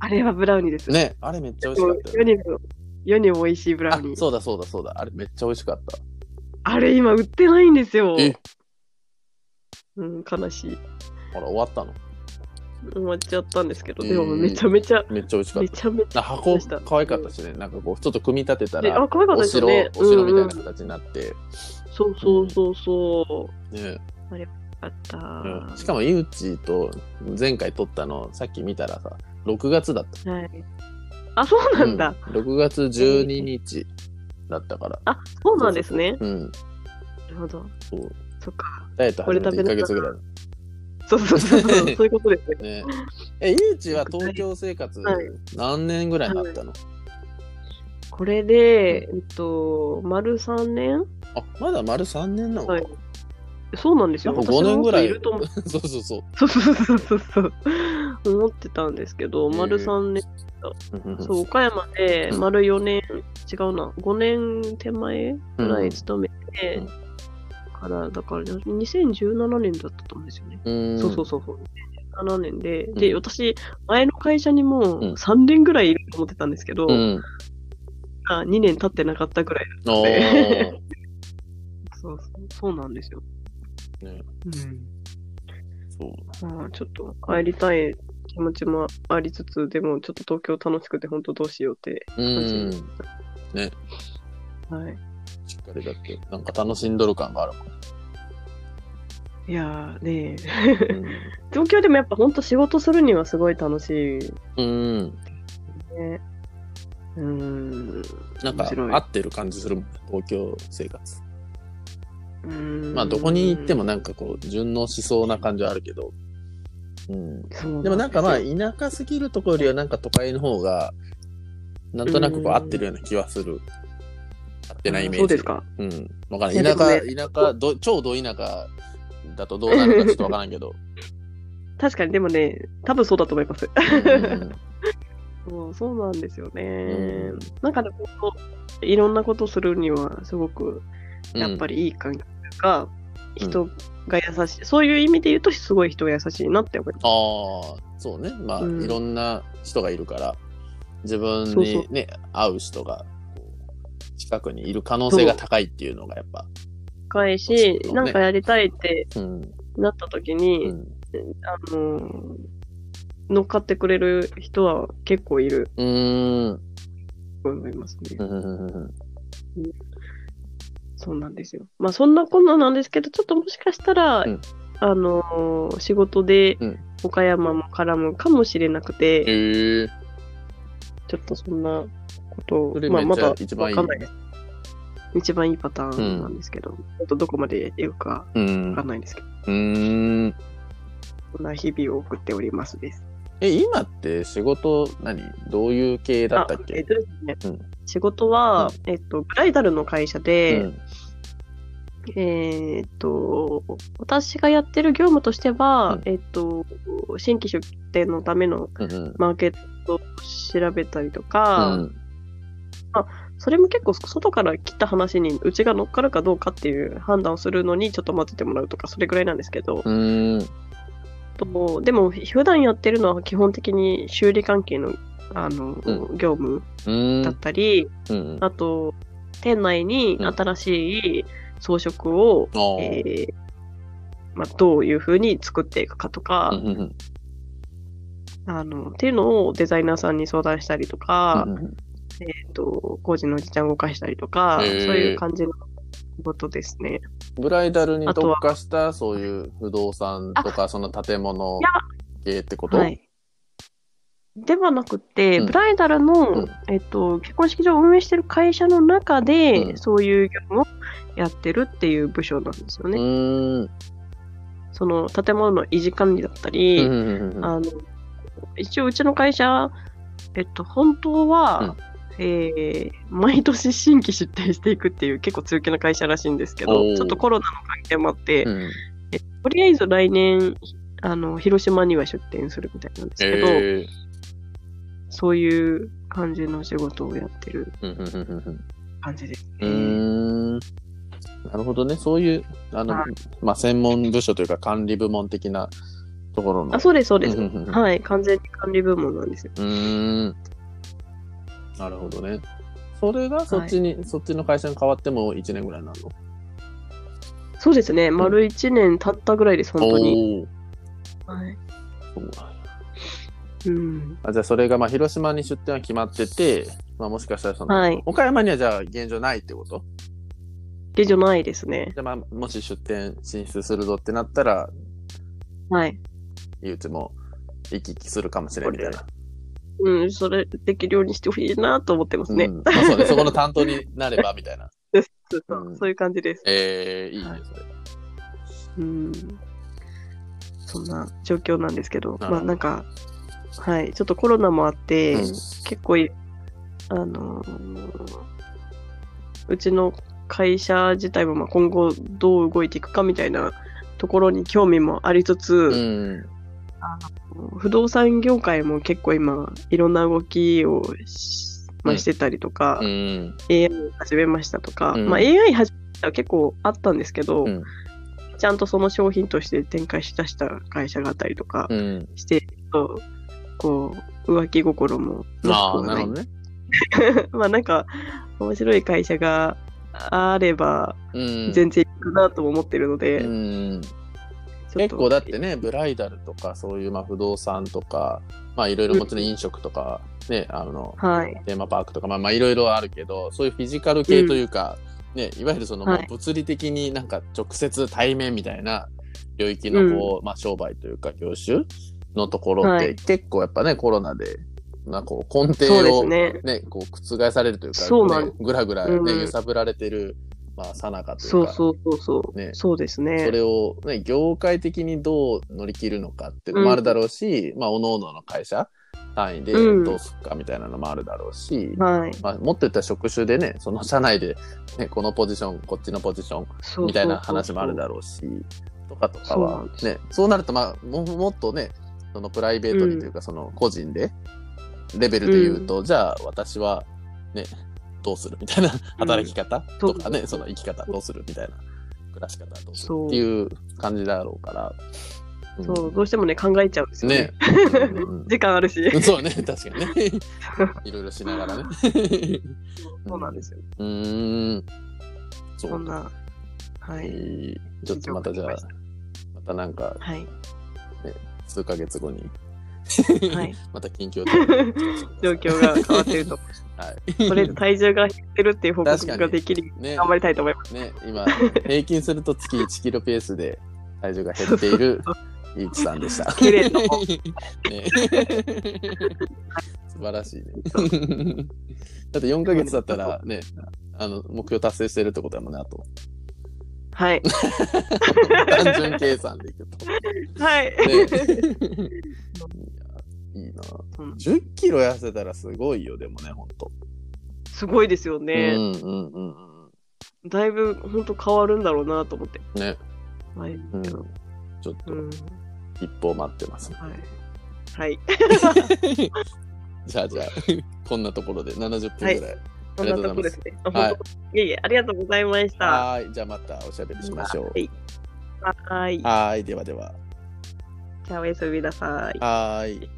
Speaker 2: あれはブラウニーです
Speaker 1: ねあれめっちゃ美味し
Speaker 2: も
Speaker 1: か
Speaker 2: う
Speaker 1: ったよ
Speaker 2: 世
Speaker 1: ね
Speaker 2: にも世にも美味しいブラ
Speaker 1: あ
Speaker 2: ウニー
Speaker 1: そうだそうだそうだあれめっちゃ美味しかった
Speaker 2: あれ今売ってないんですよ
Speaker 1: え。
Speaker 2: うん、悲しい。
Speaker 1: ほら終わったの
Speaker 2: 終わっちゃったんですけど、
Speaker 1: うん
Speaker 2: でもめちゃめちゃ、
Speaker 1: めっちゃ美味しかっ
Speaker 2: めちゃめち
Speaker 1: たあ箱
Speaker 2: でした
Speaker 1: 可愛かったしねなんかこうちょっと組み立てた
Speaker 2: ゃ、ね、
Speaker 1: ら
Speaker 2: あ、可愛かった
Speaker 1: お
Speaker 2: です
Speaker 1: 城
Speaker 2: よね。
Speaker 1: お城みたい
Speaker 2: うん
Speaker 1: な形になって、
Speaker 2: うんそうそうそうそう。
Speaker 1: ね
Speaker 2: あった
Speaker 1: うんしかも井内と前回撮ったのさっき見たらさ6月だった
Speaker 2: はい。あ、そうなんだ。
Speaker 1: うん6月12日だったから
Speaker 2: あ、そうなんですね。
Speaker 1: うん
Speaker 2: なるほど。
Speaker 1: そう
Speaker 2: そっか。
Speaker 1: ダイエット始めて1ヶ月ぐらいだ
Speaker 2: そうそうそ うそう。そういうことですね。
Speaker 1: ねえ井内は東京生活
Speaker 2: はい
Speaker 1: 何年ぐらいになったの、
Speaker 2: これで、えっと、丸3年
Speaker 1: あまだ丸3年なのか、
Speaker 2: はいそうなんですよ。
Speaker 1: なんか5年ぐらい
Speaker 2: 私ももっといると思 う
Speaker 1: そうそうそう
Speaker 2: そうそうそうそうそう。思ってたんですけ
Speaker 1: へ
Speaker 2: ど、
Speaker 1: ー
Speaker 2: 丸3年、そう、岡山で
Speaker 1: うん
Speaker 2: 丸4年、違うな、5年手前
Speaker 1: うん
Speaker 2: ぐらい勤めて、
Speaker 1: うん
Speaker 2: から、だから、2017年だったと思うんですよね。
Speaker 1: うん
Speaker 2: そうそうそうそう。7年で、で、
Speaker 1: うん
Speaker 2: 私、前の会社にも
Speaker 1: うん
Speaker 2: 3年ぐらいいると思ってたんですけど、
Speaker 1: うん
Speaker 2: あ2年経ってなかったぐらい。
Speaker 1: おー
Speaker 2: そうそうそうなんですよ。
Speaker 1: ね
Speaker 2: うん
Speaker 1: そう
Speaker 2: まあ、ちょっと帰りたい気持ちもありつつ、でもちょっと東京楽しくて本当どうしようって
Speaker 1: う
Speaker 2: 感じ
Speaker 1: んね。
Speaker 2: はい。
Speaker 1: しっかりだって、なんか楽しんどる感があるもん。
Speaker 2: いやーねえ
Speaker 1: うん
Speaker 2: 東京でもやっぱほんと仕事するにはすごい楽しい
Speaker 1: うん。
Speaker 2: ね。うーん。
Speaker 1: なんか
Speaker 2: 面白い
Speaker 1: 合ってる感じするもん、ね、東京生活。
Speaker 2: うーん
Speaker 1: まあどこに行ってもなんかこう順応しそうな感じはあるけど。うん。
Speaker 2: そう
Speaker 1: でもなんかまあ
Speaker 2: ですよ
Speaker 1: 田舎すぎるところよりはなんか都会の方が、なんとなくこう合ってるような気はする。合ってないイメージ。
Speaker 2: そうですか。
Speaker 1: うん。わから
Speaker 2: いや
Speaker 1: ない。田舎、
Speaker 2: で
Speaker 1: 田舎、ど超ど田舎だとどうなるかちょっとわからんけ ど。
Speaker 2: 確かにでもね、多分そうだと思います。
Speaker 1: う ん
Speaker 2: そうそうなんですよね。
Speaker 1: うん
Speaker 2: なんかね、ほんといろんなことするにはすごくやっぱりいい環境が、
Speaker 1: うん
Speaker 2: 人が優しい、そういう意味で言うとすごい人が優しいなって思います。
Speaker 1: ああ、そうね。まあ、
Speaker 2: うん
Speaker 1: いろんな人がいるから、自分
Speaker 2: そうそ
Speaker 1: にね、合う人が、こう近くにいる可能性が高いっていうのがやっぱ。
Speaker 2: 深いし、
Speaker 1: そうね
Speaker 2: なんかやりたいって
Speaker 1: うん。
Speaker 2: なった時
Speaker 1: う
Speaker 2: に、
Speaker 1: ん。
Speaker 2: あの乗っかってくれる人は結構いる
Speaker 1: うーん。
Speaker 2: と思いますね。
Speaker 1: うん
Speaker 2: そうなんですよ。まあそんなこんななんですけど、ちょっともしかしたら、
Speaker 1: うん
Speaker 2: あのー仕事で
Speaker 1: うん
Speaker 2: 岡山も絡むかもしれなくて、
Speaker 1: へえ
Speaker 2: ちょっとそんなこと
Speaker 1: それ
Speaker 2: を、まあ
Speaker 1: め
Speaker 2: ま
Speaker 1: っちゃ
Speaker 2: だ
Speaker 1: 一番い
Speaker 2: わ
Speaker 1: い
Speaker 2: かんないです。一番いいパターンなんですけど、ちょっとどこまでいくか
Speaker 1: うん
Speaker 2: わかんないんですけど、
Speaker 1: うーん。
Speaker 2: こんな日々を送っておりますです。
Speaker 1: え、今って仕事、何どういう系だったっ
Speaker 2: あえっ
Speaker 1: け
Speaker 2: とですね、
Speaker 1: うん
Speaker 2: 仕事は、えっと、ブライダルの会社で、
Speaker 1: うん
Speaker 2: えーっと、私がやってる業務としては、
Speaker 1: うん
Speaker 2: えっと、新規出店のための
Speaker 1: うんうん
Speaker 2: マーケットを調べたりとか、
Speaker 1: うん
Speaker 2: それも結構外から来た話にうちが乗っかるかどうかっていう判断をするのにちょっと待っててもらうとか、それぐらいなんですけど、
Speaker 1: うーん。
Speaker 2: とでも普段やってるのは基本的に修理関係のあの、
Speaker 1: う
Speaker 2: 業務
Speaker 1: うーん
Speaker 2: だったり、
Speaker 1: うん。
Speaker 2: あと、店内に新しい装飾を、
Speaker 1: あー
Speaker 2: えーまあ、どういうふうに作っていくかとか、
Speaker 1: うんうんうん
Speaker 2: あのっていうのをデザイナーさんに相談したりとか、
Speaker 1: うんうん
Speaker 2: えっと工事のおじちゃんを動かしたりとか、
Speaker 1: へー
Speaker 2: そういう感じのことですね。
Speaker 1: ブライダルに
Speaker 2: あとは
Speaker 1: 特化したそういう不動産とかその建物系ってこと、
Speaker 2: はいではなくて、
Speaker 1: うん
Speaker 2: ブライダルの、
Speaker 1: うん
Speaker 2: えっと結婚式場を運営してる会社の中で、
Speaker 1: うん
Speaker 2: そういう業務をやってるっていう部署なんですよ
Speaker 1: う
Speaker 2: ね。
Speaker 1: ーん
Speaker 2: その建物の維持管理だったり、
Speaker 1: うんうんうんうん
Speaker 2: あの一応うちの会社、えっと、本当は、えー毎年新規出店していくっていう結構強気な会社らしいんですけ
Speaker 1: おー
Speaker 2: どちょっとコロナの関係もあって、
Speaker 1: うん
Speaker 2: とりあえず来年あの広島には出店するみたいなんですけど、
Speaker 1: えー
Speaker 2: そういう感じの仕事をやってる
Speaker 1: うんうんうんうん
Speaker 2: 感じです
Speaker 1: う
Speaker 2: ね。
Speaker 1: ーんなるほどねそういうあの、
Speaker 2: は
Speaker 1: まあ、専門部署というか管理部門的なところの
Speaker 2: あそうですそうです、
Speaker 1: うんうんうん
Speaker 2: はい完全に管理部門なんですよ。
Speaker 1: うーんなるほどねそれがそっちに、そっちの会社に変わっても1年ぐらいになるの
Speaker 2: そうですね丸1年経ったぐらいです本当に。
Speaker 1: おー
Speaker 2: はい
Speaker 1: そうなんや
Speaker 2: うん
Speaker 1: あじゃあそれがまあ広島に出店は決まってて、まあ、もしかしたらその、
Speaker 2: はい、
Speaker 1: 岡山にはじゃあ現状ないってこと
Speaker 2: 現状ないですね。
Speaker 1: じゃあまあもし出店進出するぞってなったら
Speaker 2: はい
Speaker 1: ゆうちも行き来するかもしれんみたいな。
Speaker 2: うん、それできるようにしてほしいなと思ってますね。
Speaker 1: うんまあ、そうねそこの担当になればみたいな。
Speaker 2: そうそう
Speaker 1: うん
Speaker 2: そういう感じです。
Speaker 1: えー、いいねそれ。
Speaker 2: うん、そんな状況なんですけど、
Speaker 1: なるほど
Speaker 2: まあなんか、はい、ちょっとコロナもあって、
Speaker 1: うん
Speaker 2: 結構い、あのーうちの会社自体もまあ今後どう動いていくかみたいなところに興味もありつ
Speaker 1: う
Speaker 2: つ、
Speaker 1: ん。
Speaker 2: 不動産業界も結構今、いろんな動きをし,、ま
Speaker 1: う
Speaker 2: あ、
Speaker 1: ん
Speaker 2: してたりとか、
Speaker 1: うん。
Speaker 2: AI 始めましたとか、
Speaker 1: うん
Speaker 2: まあ、AI 始めたは結構あったんですけど、
Speaker 1: うん
Speaker 2: ちゃんとその商品として展開しだした会社があったりとか
Speaker 1: うん。
Speaker 2: して、そうこう浮気心もな
Speaker 1: ま
Speaker 2: く
Speaker 1: あ、
Speaker 2: は
Speaker 1: な
Speaker 2: な
Speaker 1: る
Speaker 2: い
Speaker 1: ほどね。
Speaker 2: まあなんか面白い会社があれば
Speaker 1: うん。
Speaker 2: 全然いいかなとも思ってるので、
Speaker 1: うん、
Speaker 2: ちょっと
Speaker 1: 結構だってね、ブライダルとか、そういうまあ不動産とか、まあいろいろもちろん飲食とか、ね、あの、
Speaker 2: はい。
Speaker 1: テーマパークとか、まあまあいろいろあるけど、そういうフィジカル系というか、ね、いわゆるその、
Speaker 2: はい
Speaker 1: まあ物理的になんか直接対面みたいな領域のこう、まあ商売というか業種のところっ
Speaker 2: は
Speaker 1: て
Speaker 2: い
Speaker 1: 結構やっぱね、コロナで、なんかこう根底
Speaker 2: そうです
Speaker 1: を
Speaker 2: ね。
Speaker 1: ね、こう覆されるというか、
Speaker 2: そうなん
Speaker 1: ね、ぐらぐら、ね
Speaker 2: うん
Speaker 1: 揺さぶられてる、まあ、さなかというか、
Speaker 2: そうそうそうそう。
Speaker 1: ね
Speaker 2: そうですね。
Speaker 1: それを、ね、業界的にどう乗り切るのかっていうの
Speaker 2: うん
Speaker 1: もあるだろうし、まあ、おのおのの会社単位で
Speaker 2: うん
Speaker 1: どうすっかみたいなのもあるだろうし、
Speaker 2: はい。
Speaker 1: まあ、もっと言ったら職種でね、その社内で、ね、このポジション、こっちのポジション
Speaker 2: そうそうそうそう
Speaker 1: みたいな話もあるだろうし、とかとか
Speaker 2: そうな
Speaker 1: は
Speaker 2: んで、す
Speaker 1: ね、そうなると、まあ、ももっとね、そのプライベートにというか、その個人で、レベルで言うと、じゃあ私は、ね、どうするみたいな働き方とかね、
Speaker 2: そう
Speaker 1: その生き方どうするみたいな、暮らし方どうするっていう感じだろうから。うん
Speaker 2: そう、どうしてもね、考えちゃうんですよね。
Speaker 1: ね。うん
Speaker 2: 時間あるし。
Speaker 1: そうね、確かにね。いろいろしながら ね。
Speaker 2: そうなんですよ。
Speaker 1: うーん。そ
Speaker 2: そん
Speaker 1: う。
Speaker 2: な。はい。
Speaker 1: いちょっとまたじゃあ
Speaker 2: 以上書きまし、
Speaker 1: またなんか
Speaker 2: はい。
Speaker 1: 数ヶ月後に、
Speaker 2: はい。
Speaker 1: また近況とか聞かせてく
Speaker 2: 状
Speaker 1: ださい
Speaker 2: 況が変わってる と。
Speaker 1: はい。
Speaker 2: とりあえず体重が減ってるっていう報 告
Speaker 1: 確か
Speaker 2: が
Speaker 1: に
Speaker 2: できるように
Speaker 1: ね
Speaker 2: 頑張りたいと思います。
Speaker 1: ね、今、平均すると月1キロペースで体重が減ってい る、イーチさんでした。
Speaker 2: 綺麗な方
Speaker 1: ね、素晴らしいね。 だって4ヶ月だったらね、あの、目標達成してるってことやもんね、あ と。
Speaker 2: はい。
Speaker 1: 単純計算でいくと。ね、
Speaker 2: はい。
Speaker 1: いやいいな
Speaker 2: うん
Speaker 1: 10キロ痩せたらすごいよ、でもね、ほんと。
Speaker 2: すごいですよね。
Speaker 1: うんうんうんうん。
Speaker 2: だいぶ本当変わるんだろうなと思って。
Speaker 1: ね。
Speaker 2: はい。
Speaker 1: うん、ちょっ
Speaker 2: う
Speaker 1: と
Speaker 2: ん。
Speaker 1: 一歩待ってます、
Speaker 2: はい。はい。
Speaker 1: じゃあじゃ あこんなところで70分ぐらい
Speaker 2: そんなとこですね。あ
Speaker 1: はい
Speaker 2: 本当いえいえ、ありがとうございました。
Speaker 1: はいじゃあまたおしゃべりしましょう
Speaker 2: はい。はい。
Speaker 1: はいではでは
Speaker 2: じゃあおやすみなさい。
Speaker 1: はい